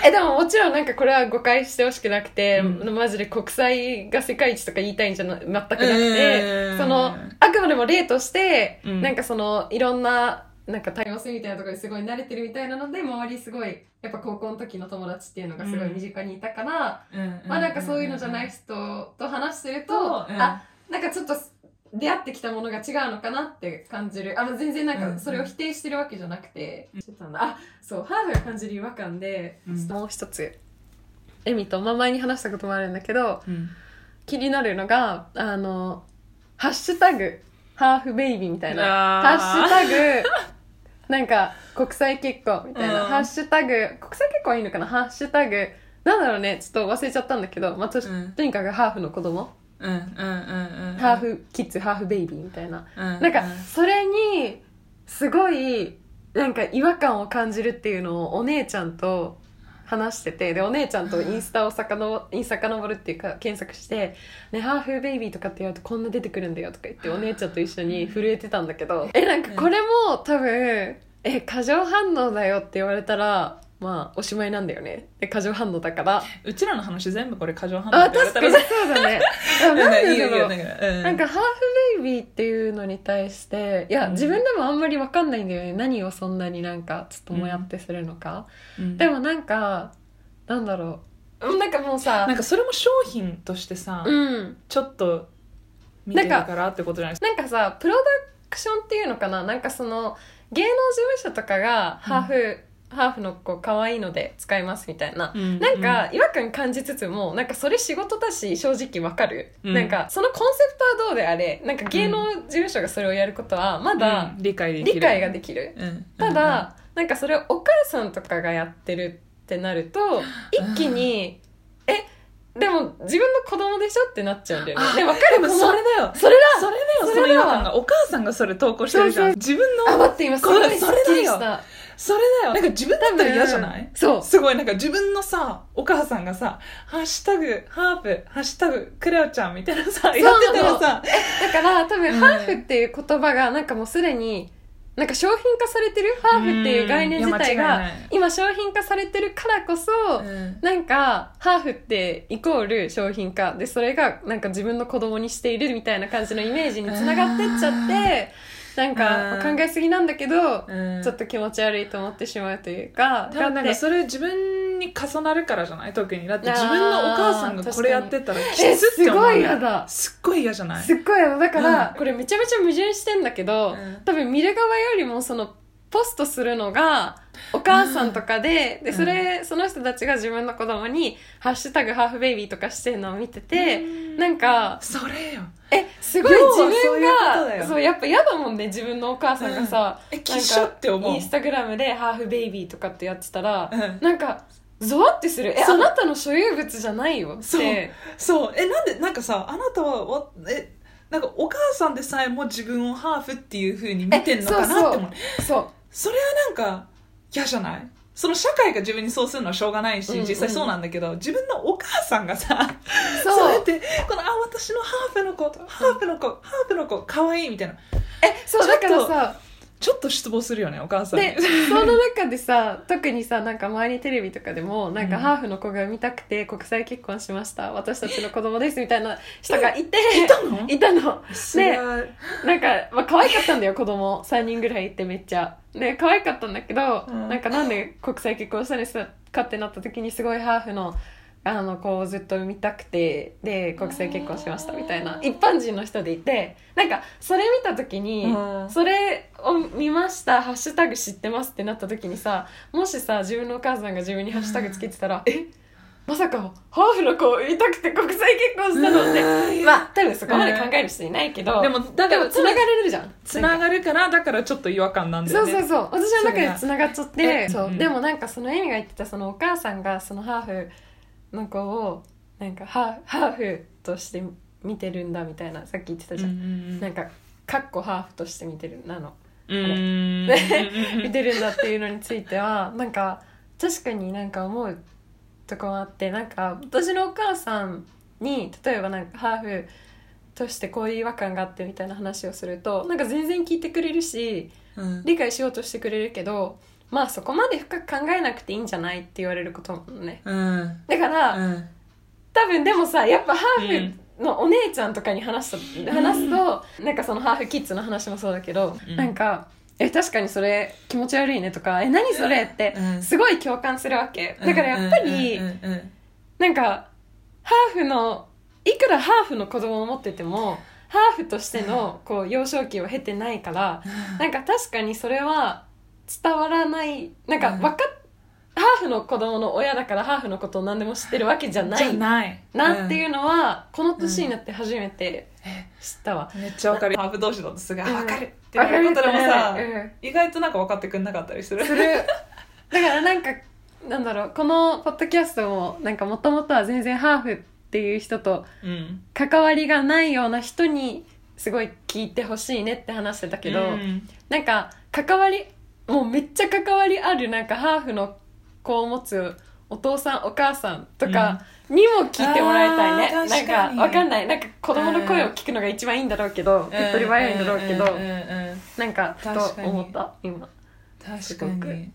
[SPEAKER 2] えでももちろんなんかこれは誤解してほしくなくて、
[SPEAKER 1] う
[SPEAKER 2] マジで国際が世界一とか言いたいんじゃな全くなくて、
[SPEAKER 1] うん
[SPEAKER 2] そのあくまでも例として、
[SPEAKER 1] うん
[SPEAKER 2] なんかそのいろんななんか多様性みたいなところにすごい慣れてるみたいなので周りすごいやっぱ高校の時の友達っていうのがすごい身近にいたから、まあなんかそういうのじゃない人と話してると、
[SPEAKER 1] うん
[SPEAKER 2] あなんかちょっと出会ってきたものが違うのかなって感じるあの全然なんかそれを否定してるわけじゃなくて、ちょっとあのあそうハーフが感じる違和感で、
[SPEAKER 1] うん
[SPEAKER 2] ちょっともう一つエミとまあ前に話したこともあるんだけど
[SPEAKER 1] うん
[SPEAKER 2] 気になるのがあの「ハッシュタグハーフベイビー」みたいな「
[SPEAKER 1] あー
[SPEAKER 2] ハッシュタグなんか国際結婚」みたいな
[SPEAKER 1] う
[SPEAKER 2] 「
[SPEAKER 1] ん
[SPEAKER 2] ハッシュタグ国際結婚いいのかな「ハッシュタグ」なんだろうねちょっと忘れちゃったんだけど、まあと
[SPEAKER 1] うん
[SPEAKER 2] とにかくハーフの子供
[SPEAKER 1] うんうんうんうん
[SPEAKER 2] ハーフキッズハーフベイビーみたいな
[SPEAKER 1] うん
[SPEAKER 2] なんかそれにすごいなんか違和感を感じるっていうのをお姉ちゃんと話しててでお姉ちゃんとインスタをさかのインスタ遡るっていうか検索して「ねハーフベイビー」とかってやるとこんな出てくるんだよとか言ってお姉ちゃんと一緒に震えてたんだけどえなんかこれも多分「え過剰反応だよ」って言われたらまあおしまいなんだよねで過剰反応だから
[SPEAKER 1] うちらの話全部これ過剰反応
[SPEAKER 2] あ
[SPEAKER 1] って言わ
[SPEAKER 2] 確
[SPEAKER 1] れた
[SPEAKER 2] からにそうだねあ なん
[SPEAKER 1] うん
[SPEAKER 2] で
[SPEAKER 1] いいよ
[SPEAKER 2] だ
[SPEAKER 1] いい
[SPEAKER 2] ろ
[SPEAKER 1] よ
[SPEAKER 2] う
[SPEAKER 1] だからう
[SPEAKER 2] なんかハーフベイビーっていうのに対していや、
[SPEAKER 1] うん
[SPEAKER 2] 自分でもあんまり分かんないんだよね何をそんなになんかちょっともやってするのか、
[SPEAKER 1] うん
[SPEAKER 2] でもなんかなんだろううんなんかもうさ
[SPEAKER 1] なんかそれも商品としてさ、
[SPEAKER 2] うん
[SPEAKER 1] ちょっと見てるからってことじゃないです
[SPEAKER 2] なんかさプロダクションっていうのかななんかその芸能事務所とかがハーフ、ハーフの子可愛いので使いますみたいな
[SPEAKER 1] か、
[SPEAKER 2] なんか違和感感じつつもなんかそれ仕事だし正直わかる、
[SPEAKER 1] うん
[SPEAKER 2] なんかそのコンセプトはどうであれなんか芸能事務所がそれをやることはま
[SPEAKER 1] うん
[SPEAKER 2] だ、
[SPEAKER 1] うん理解できる
[SPEAKER 2] 理解ができる
[SPEAKER 1] うん
[SPEAKER 2] ただ、なんかそれをお母さんとかがやってるってなると一気に、えでも自分の子供でしょってなっちゃうんだよね
[SPEAKER 1] あ
[SPEAKER 2] で分か
[SPEAKER 1] で
[SPEAKER 2] る
[SPEAKER 1] も
[SPEAKER 2] 子
[SPEAKER 1] そ
[SPEAKER 2] も
[SPEAKER 1] れだよ
[SPEAKER 2] それだ
[SPEAKER 1] それだよ
[SPEAKER 2] そ
[SPEAKER 1] その違
[SPEAKER 2] れだ
[SPEAKER 1] 和感がお母さんがそれ投稿してるじゃん
[SPEAKER 2] そう
[SPEAKER 1] 自分
[SPEAKER 2] あ
[SPEAKER 1] の
[SPEAKER 2] 待って今すごいすっきりし
[SPEAKER 1] これ
[SPEAKER 2] た
[SPEAKER 1] それだよなんか自分だったら嫌じゃない
[SPEAKER 2] そう
[SPEAKER 1] すごいなんか自分のさお母さんがさ「ハッシュタグハープハッシュタグクレオちゃん」みたいなさやってたらさ
[SPEAKER 2] だから多分
[SPEAKER 1] うん
[SPEAKER 2] ハーフっていう言葉がなんかもうすでになんか商品化されてるハーフっていう概念自体
[SPEAKER 1] うんいや間
[SPEAKER 2] が
[SPEAKER 1] 違いない
[SPEAKER 2] 今商品化されてるからこそ、
[SPEAKER 1] うん
[SPEAKER 2] なんか、ハーフってイコール商品化。で、それがなんか自分の子供にしているみたいな感じのイメージにつながってっちゃって、なんか、
[SPEAKER 1] うん
[SPEAKER 2] 考えすぎなんだけど、
[SPEAKER 1] うん
[SPEAKER 2] ちょっと気持ち悪いと思ってしまうというか、
[SPEAKER 1] 多分なん
[SPEAKER 2] だ
[SPEAKER 1] か
[SPEAKER 2] って
[SPEAKER 1] それ自分に重なるからじゃない特にだって
[SPEAKER 2] あー
[SPEAKER 1] 自分のお母さんがこれやってたらき
[SPEAKER 2] え、
[SPEAKER 1] つって思
[SPEAKER 2] す
[SPEAKER 1] う
[SPEAKER 2] ごい
[SPEAKER 1] よ
[SPEAKER 2] 嫌だ。
[SPEAKER 1] すっごい嫌じゃない
[SPEAKER 2] すっごい嫌だ。だから、
[SPEAKER 1] うん
[SPEAKER 2] これめちゃめちゃ矛盾してんだけど、
[SPEAKER 1] うん
[SPEAKER 2] 多分見る側よりもその、ポストするのが、お母さんとかで、で、それ、その人たちが自分の子供に、ハッシュタグハーフベイビーとかしてるのを見てて、
[SPEAKER 1] うん
[SPEAKER 2] なんか、
[SPEAKER 1] それよ
[SPEAKER 2] えすごい
[SPEAKER 1] 要は
[SPEAKER 2] 自
[SPEAKER 1] そう
[SPEAKER 2] 分
[SPEAKER 1] いうこと
[SPEAKER 2] が
[SPEAKER 1] だ
[SPEAKER 2] そ
[SPEAKER 1] よ
[SPEAKER 2] うやっぱ嫌だもんね自分のお母さんがさ、
[SPEAKER 1] えき
[SPEAKER 2] なん
[SPEAKER 1] っ
[SPEAKER 2] か
[SPEAKER 1] しょって思う
[SPEAKER 2] インスタグラムで「ハーフベイビー」とかってやってたら、
[SPEAKER 1] うん
[SPEAKER 2] なんかゾワってする「え
[SPEAKER 1] そう
[SPEAKER 2] あなたの所有物じゃないよ」っ
[SPEAKER 1] そう
[SPEAKER 2] て
[SPEAKER 1] そうえなんでなんかさあなたはわえなんかお母さんでさえも自分をハーフっていう風に見てんのか
[SPEAKER 2] えそうそ
[SPEAKER 1] な
[SPEAKER 2] う
[SPEAKER 1] って思う
[SPEAKER 2] そう
[SPEAKER 1] それはなんか嫌じゃないその社会が自分にそうするのはしょうがないし、
[SPEAKER 2] うんうん
[SPEAKER 1] 実際そうなんだけど自分のお母さんがさ
[SPEAKER 2] そう
[SPEAKER 1] やってこのあ私のハーフの子ハーフの子ハーフの子可愛いみたいな
[SPEAKER 2] えそう
[SPEAKER 1] ちょ
[SPEAKER 2] だ
[SPEAKER 1] っと
[SPEAKER 2] からさ
[SPEAKER 1] ちょっと失望するよねお母さんに
[SPEAKER 2] でその中でさ特にさなんか周りテレビとかでもなんか、
[SPEAKER 1] うん
[SPEAKER 2] ハーフの子が産みたくて国際結婚しました私たちの子供ですみたいな人 がいて
[SPEAKER 1] いたの
[SPEAKER 2] いたの
[SPEAKER 1] それは
[SPEAKER 2] なんか、まあ、可愛かったんだよ、子供。3人ぐらいいてめっちゃ。で、可愛かったんだけど、
[SPEAKER 1] うん
[SPEAKER 2] なんかなんで国際結婚したんですかってなった時に、すごいハーフの、あの、子をずっと産みたくて、で、国際結婚しましたみたいな、一般人の人でいて、なんか、それ見た時に、
[SPEAKER 1] うん
[SPEAKER 2] それを見ました、ハッシュタグ知ってますってなった時にさ、もしさ、自分のお母さんが自分にハッシュタグつけてたら、えまさか、ハーフの子を産みたくて国際結婚したのって、
[SPEAKER 1] うん
[SPEAKER 2] まあ、多分そこまで考える人いないけど、
[SPEAKER 1] でもだ
[SPEAKER 2] で
[SPEAKER 1] か
[SPEAKER 2] も
[SPEAKER 1] ら
[SPEAKER 2] 繋がれるじゃん
[SPEAKER 1] つながるからだからちょっと違和感なんだ
[SPEAKER 2] そ
[SPEAKER 1] よ
[SPEAKER 2] う
[SPEAKER 1] ね
[SPEAKER 2] そうそう私の中で繋がっちゃ
[SPEAKER 1] そ
[SPEAKER 2] って
[SPEAKER 1] れが
[SPEAKER 2] そう、
[SPEAKER 1] うん
[SPEAKER 2] でもなんかそのエミが言ってたそのお母さんがそのハーフの子をなんかハーハーフとして見てるんだみたいなさっき言ってたじゃん、
[SPEAKER 1] ん
[SPEAKER 2] なんかかっこハーフとして見てるなの
[SPEAKER 1] うんうん
[SPEAKER 2] 見てるんだっていうのについてはなんか確かになんか思うとこもあってなんか私のお母さんに例えばなんかハーフとしてこういう違和感があってみたいな話をするとなんか全然聞いてくれるし
[SPEAKER 1] うん
[SPEAKER 2] 理解しようとしてくれるけどまあそこまで深く考えなくていいんじゃないって言われることもね
[SPEAKER 1] うん
[SPEAKER 2] だから、
[SPEAKER 1] うん
[SPEAKER 2] 多分でもさやっぱハーフのお姉ちゃんとかに話した、話すと、なんかそのハーフキッズの話もそうだけど、
[SPEAKER 1] うん
[SPEAKER 2] なんか「え確かにそれ気持ち悪いね」とか「え何それ」って
[SPEAKER 1] うん
[SPEAKER 2] すごい共感するわけ、だからやっぱり、
[SPEAKER 1] うんうんうん
[SPEAKER 2] なんかハーフのいくらハーフの子供を持っててもハーフとしてのこう幼少期を経てないから、 なんか確かにそれは伝わらないなんか
[SPEAKER 1] うん
[SPEAKER 2] わかっハーフの子供の親だからハーフのことを何でも知ってるわけじゃな
[SPEAKER 1] じゃ
[SPEAKER 2] い
[SPEAKER 1] ない
[SPEAKER 2] なっていううのは、この年になって初めて
[SPEAKER 1] え
[SPEAKER 2] 知ったわ。
[SPEAKER 1] んめっちゃわかるハーフ同士だとすごい
[SPEAKER 2] うん
[SPEAKER 1] わかるってなることでもさ
[SPEAKER 2] うん
[SPEAKER 1] 意外となんか分かってくれなかったりする
[SPEAKER 2] する。だからなんか、なんだろう、このポッドキャストも、なんかもともとは全然ハーフっていう人と
[SPEAKER 1] うん
[SPEAKER 2] 関わりがないような人に、すごい聞いてほしいねって話してたけど、
[SPEAKER 1] うん
[SPEAKER 2] なんか関わりもうめっちゃ関わりあるなんかハーフの子を持つお父さんお母さんとかにも聞いてもらいたいね、
[SPEAKER 1] あー
[SPEAKER 2] なん
[SPEAKER 1] 確かに
[SPEAKER 2] かわかんないなんか子供の声を聞くのが一番いいんだろうけど、手っ取り早いんだろうけど、
[SPEAKER 1] んんうんうん
[SPEAKER 2] なんかふ
[SPEAKER 1] 確
[SPEAKER 2] と
[SPEAKER 1] かに
[SPEAKER 2] 思った今
[SPEAKER 1] 確
[SPEAKER 2] す
[SPEAKER 1] か
[SPEAKER 2] ごく
[SPEAKER 1] に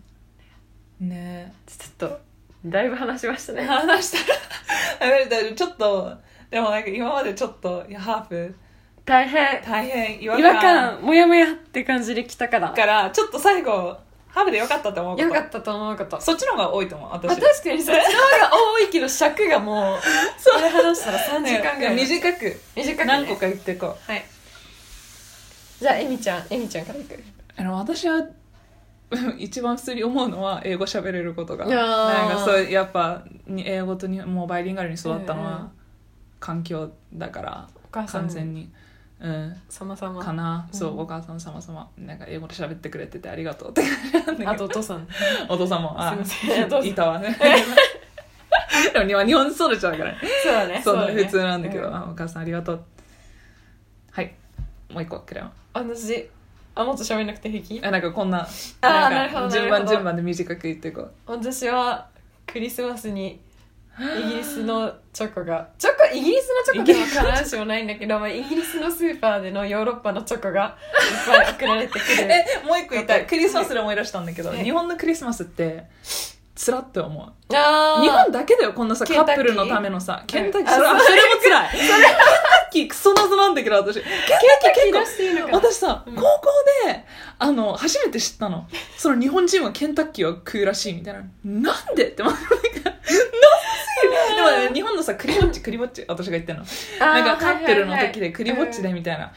[SPEAKER 1] ね
[SPEAKER 2] ちょっとだいぶ話しました
[SPEAKER 1] え
[SPEAKER 2] ね
[SPEAKER 1] 話したら大丈夫ちょっとでもなんか今までちょっといやハーフ
[SPEAKER 2] 大変
[SPEAKER 1] 大変違
[SPEAKER 2] 違和感もやもやって感じで来たから
[SPEAKER 1] からちょっと最後ハーフでよかったと思うこと
[SPEAKER 2] よかったと思うこと
[SPEAKER 1] そっちの方が多いと思う
[SPEAKER 2] あ
[SPEAKER 1] 私
[SPEAKER 2] 確かにそっちの方が多いけど尺が もうこれ話したら3時間ぐらい
[SPEAKER 1] 短く
[SPEAKER 2] 短くね
[SPEAKER 1] 何個か言っていこう
[SPEAKER 2] はい。じゃあ、えみちゃん、えみちゃんからいく。
[SPEAKER 1] あの私は 一番普通に思うのは英語喋れることが
[SPEAKER 2] いやー
[SPEAKER 1] なんかそうやっぱに英語とにもうバイリンガルに育ったの
[SPEAKER 2] うんうん
[SPEAKER 1] は環境だから
[SPEAKER 2] お母さん
[SPEAKER 1] 完全に、うん、
[SPEAKER 2] さまさま。
[SPEAKER 1] かな、
[SPEAKER 2] うん
[SPEAKER 1] そうお母さん様様なんか英語で喋ってくれててありがとうって感じなんだ
[SPEAKER 2] あ
[SPEAKER 1] けど
[SPEAKER 2] と、お父さん。
[SPEAKER 1] お父さんもあ
[SPEAKER 2] すいませんお父さん
[SPEAKER 1] いた わねでも今日本育ちだから
[SPEAKER 2] そうだね
[SPEAKER 1] そうだね普通なんだけど、
[SPEAKER 2] う
[SPEAKER 1] あお母さんありがとうはいもう一個くれよ
[SPEAKER 2] 私、あ、もっと喋んなくて平気
[SPEAKER 1] あなんかこんな
[SPEAKER 2] あー
[SPEAKER 1] なん
[SPEAKER 2] なるほど
[SPEAKER 1] か順番
[SPEAKER 2] なるほど
[SPEAKER 1] 順番で短く言っていこう
[SPEAKER 2] 私は、クリスマスに、イギリスのチョコが、チョコ、イギリスのチョコでも必ずしもないんだけど、まあ、イギリスのスーパーでのヨーロッパのチョコがいっぱい送られてくる。
[SPEAKER 1] えもう一個言いたいクリスマスで思い出したんだけど
[SPEAKER 2] はい
[SPEAKER 1] 日本のクリスマスってつらって思う
[SPEAKER 2] あー
[SPEAKER 1] 日本だけだよこんなさ
[SPEAKER 2] ケ
[SPEAKER 1] カ
[SPEAKER 2] ンタッキ
[SPEAKER 1] ッ
[SPEAKER 2] ー
[SPEAKER 1] プルのためのさケンタッキー
[SPEAKER 2] あ
[SPEAKER 1] それあ
[SPEAKER 2] そ
[SPEAKER 1] それもつらいそれケンタッキークソ謎なんだけど私ケンタッキー
[SPEAKER 2] ケンタッキーら
[SPEAKER 1] 結
[SPEAKER 2] しいのか
[SPEAKER 1] 構
[SPEAKER 2] な
[SPEAKER 1] 私さ
[SPEAKER 2] うん
[SPEAKER 1] 高校であの初めて知ったのその日本人はケンタッキーを食うらしいみたいななんでって思ってなんかなさすぎるでもね日本のさクリぼっちクリぼっち私が言ってんのなんかカップルの時でクリぼっちでみたいな。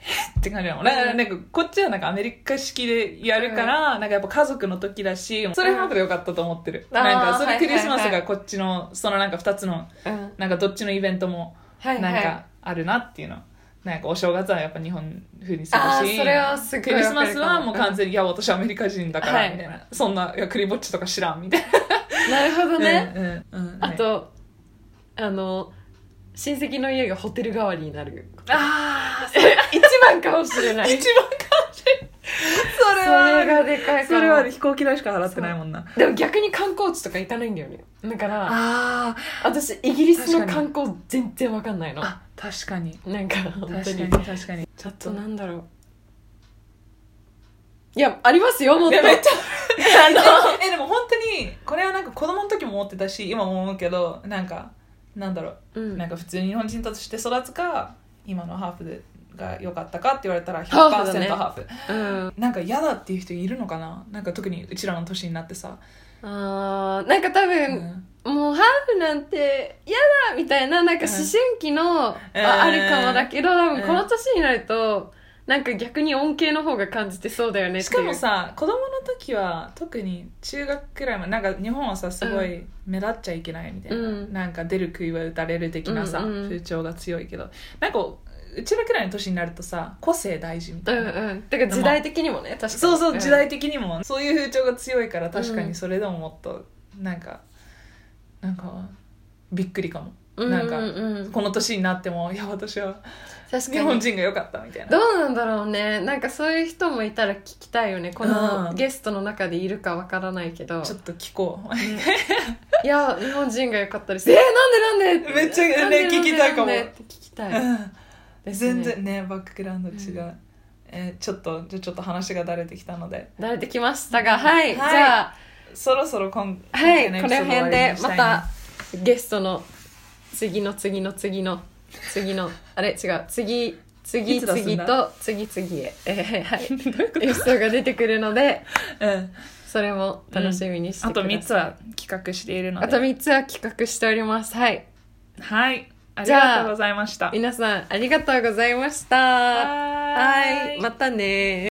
[SPEAKER 1] えって感じなの。なんかなんかこっちはなんかアメリカ式でやるから、なんかやっぱ家族の時だし、それハーフでよかったと思ってる。
[SPEAKER 2] うん
[SPEAKER 1] なん
[SPEAKER 2] あ
[SPEAKER 1] か
[SPEAKER 2] ー
[SPEAKER 1] それクリスマス
[SPEAKER 2] はいはい
[SPEAKER 1] が
[SPEAKER 2] は
[SPEAKER 1] こっちの、そのなんか2つの、
[SPEAKER 2] はいはいはいうん
[SPEAKER 1] なんかどっちのイベントも
[SPEAKER 2] は
[SPEAKER 1] ないん
[SPEAKER 2] はい
[SPEAKER 1] かあるなっていうの。なんかお正月はやっぱ日本風にする
[SPEAKER 2] あー
[SPEAKER 1] し、
[SPEAKER 2] それはすご
[SPEAKER 1] ク
[SPEAKER 2] いわ
[SPEAKER 1] リ
[SPEAKER 2] か
[SPEAKER 1] ス
[SPEAKER 2] るかも
[SPEAKER 1] マスはもう完全に、いや私アメリカ人だから
[SPEAKER 2] はい
[SPEAKER 1] みたいな、そんないやクリぼっちとか知らんみたい
[SPEAKER 2] なるほど
[SPEAKER 1] な。
[SPEAKER 2] ね。
[SPEAKER 1] うんうんうん
[SPEAKER 2] あと、あの、親戚の家がホテル代わりになる。
[SPEAKER 1] あー
[SPEAKER 2] 一番かもしれな
[SPEAKER 1] 一
[SPEAKER 2] い。
[SPEAKER 1] 番感じるそ
[SPEAKER 2] そ
[SPEAKER 1] れ
[SPEAKER 2] れ
[SPEAKER 1] はある
[SPEAKER 2] がでかいかも
[SPEAKER 1] それは飛行機代しか払ってないもんな
[SPEAKER 2] でも逆に観光地とか行かないんだよね。だから、
[SPEAKER 1] あー
[SPEAKER 2] 私、イギリスの
[SPEAKER 1] 確か
[SPEAKER 2] 観
[SPEAKER 1] に
[SPEAKER 2] 光全然わかんないの。
[SPEAKER 1] あ確かに
[SPEAKER 2] なんか、
[SPEAKER 1] 確
[SPEAKER 2] 本
[SPEAKER 1] か
[SPEAKER 2] 当
[SPEAKER 1] に
[SPEAKER 2] に。
[SPEAKER 1] 確かに
[SPEAKER 2] ちょっとなんだろう。いや、ありますよ、もっ
[SPEAKER 1] い
[SPEAKER 2] と。
[SPEAKER 1] やめっちゃ
[SPEAKER 2] あの
[SPEAKER 1] えでも本当にこれはなんか子供の時も思ってたし今も思うけどなんかなんだろうなんか普通に日本人として育つか今のハーフでが良かったかって言われたら100%
[SPEAKER 2] ハ
[SPEAKER 1] ハ
[SPEAKER 2] ーフだね
[SPEAKER 1] ーフ、
[SPEAKER 2] うん。
[SPEAKER 1] なんか嫌だっていう人いるのかななんか特にうちらの年になってさ、
[SPEAKER 2] あーなんか多
[SPEAKER 1] う
[SPEAKER 2] 分、
[SPEAKER 1] ん
[SPEAKER 2] もうハーフなんて嫌だみたいな、なんか
[SPEAKER 1] うん
[SPEAKER 2] 思春期の、あ
[SPEAKER 1] うん
[SPEAKER 2] あるかもだけど、多
[SPEAKER 1] う
[SPEAKER 2] 分
[SPEAKER 1] ん
[SPEAKER 2] この年になると、なんか逆に恩恵の方が感じてそうだよねって
[SPEAKER 1] し
[SPEAKER 2] いう。
[SPEAKER 1] かもさ子供の時は特に中学くらいまでなんか日本はさすごい目立っちゃいけないみたいな、
[SPEAKER 2] うん
[SPEAKER 1] なんか出る杭は打たれる的なさ、
[SPEAKER 2] うんうん
[SPEAKER 1] 風潮が強いけどなんかうちらくらいの年になるとさ個性大事み
[SPEAKER 2] う
[SPEAKER 1] たい
[SPEAKER 2] ん
[SPEAKER 1] な、
[SPEAKER 2] うん。だから時代的にもね、確かに。
[SPEAKER 1] そうそ
[SPEAKER 2] ん
[SPEAKER 1] う時代的にもそういう風潮が強いから確かにそれでももっとなんかなんかびっくりかも、なんか
[SPEAKER 2] ううん
[SPEAKER 1] この年になってもいや私は
[SPEAKER 2] 確
[SPEAKER 1] 日
[SPEAKER 2] か
[SPEAKER 1] 本
[SPEAKER 2] に。
[SPEAKER 1] 人が良かったみたいな
[SPEAKER 2] どうなんだろうね。なんかそういう人もいたら聞きたいよね。こ
[SPEAKER 1] う
[SPEAKER 2] の
[SPEAKER 1] ん
[SPEAKER 2] ゲストの中でいるかわからないけど。
[SPEAKER 1] ちょっと聞こう
[SPEAKER 2] いや、日本人が良かったです。えー、なんでなんで
[SPEAKER 1] めっちゃね
[SPEAKER 2] なんでなんで
[SPEAKER 1] 聞きたいかも
[SPEAKER 2] なんでって聞きたい。
[SPEAKER 1] うん
[SPEAKER 2] ですね
[SPEAKER 1] 全然ねバックグラウンド違う、えーちょっとじゃあちょっと話がだれてきたので
[SPEAKER 2] 慣れてきましたが、はい。
[SPEAKER 1] はい
[SPEAKER 2] じゃあ、
[SPEAKER 1] そろそろ今
[SPEAKER 2] は
[SPEAKER 1] 今回
[SPEAKER 2] い、こ
[SPEAKER 1] のエ
[SPEAKER 2] の
[SPEAKER 1] ピソード終わ
[SPEAKER 2] 辺
[SPEAKER 1] り
[SPEAKER 2] で
[SPEAKER 1] にし
[SPEAKER 2] ま
[SPEAKER 1] いな
[SPEAKER 2] たゲストの次の次の次の次の、あれ違う、次、次
[SPEAKER 1] いつ出すん
[SPEAKER 2] 次
[SPEAKER 1] だ
[SPEAKER 2] と次次へ、えーはい、
[SPEAKER 1] どういうこと
[SPEAKER 2] エピソードが出てくるので、
[SPEAKER 1] うん
[SPEAKER 2] それも楽しみにして
[SPEAKER 1] あ
[SPEAKER 2] くだ
[SPEAKER 1] と
[SPEAKER 2] さい。
[SPEAKER 1] 3つは企画しているので
[SPEAKER 2] あと3つは企画しております。はい。
[SPEAKER 1] はいあり
[SPEAKER 2] じゃあ
[SPEAKER 1] がとうございました
[SPEAKER 2] 皆さんありがとうございました。
[SPEAKER 1] は
[SPEAKER 2] はいい。またね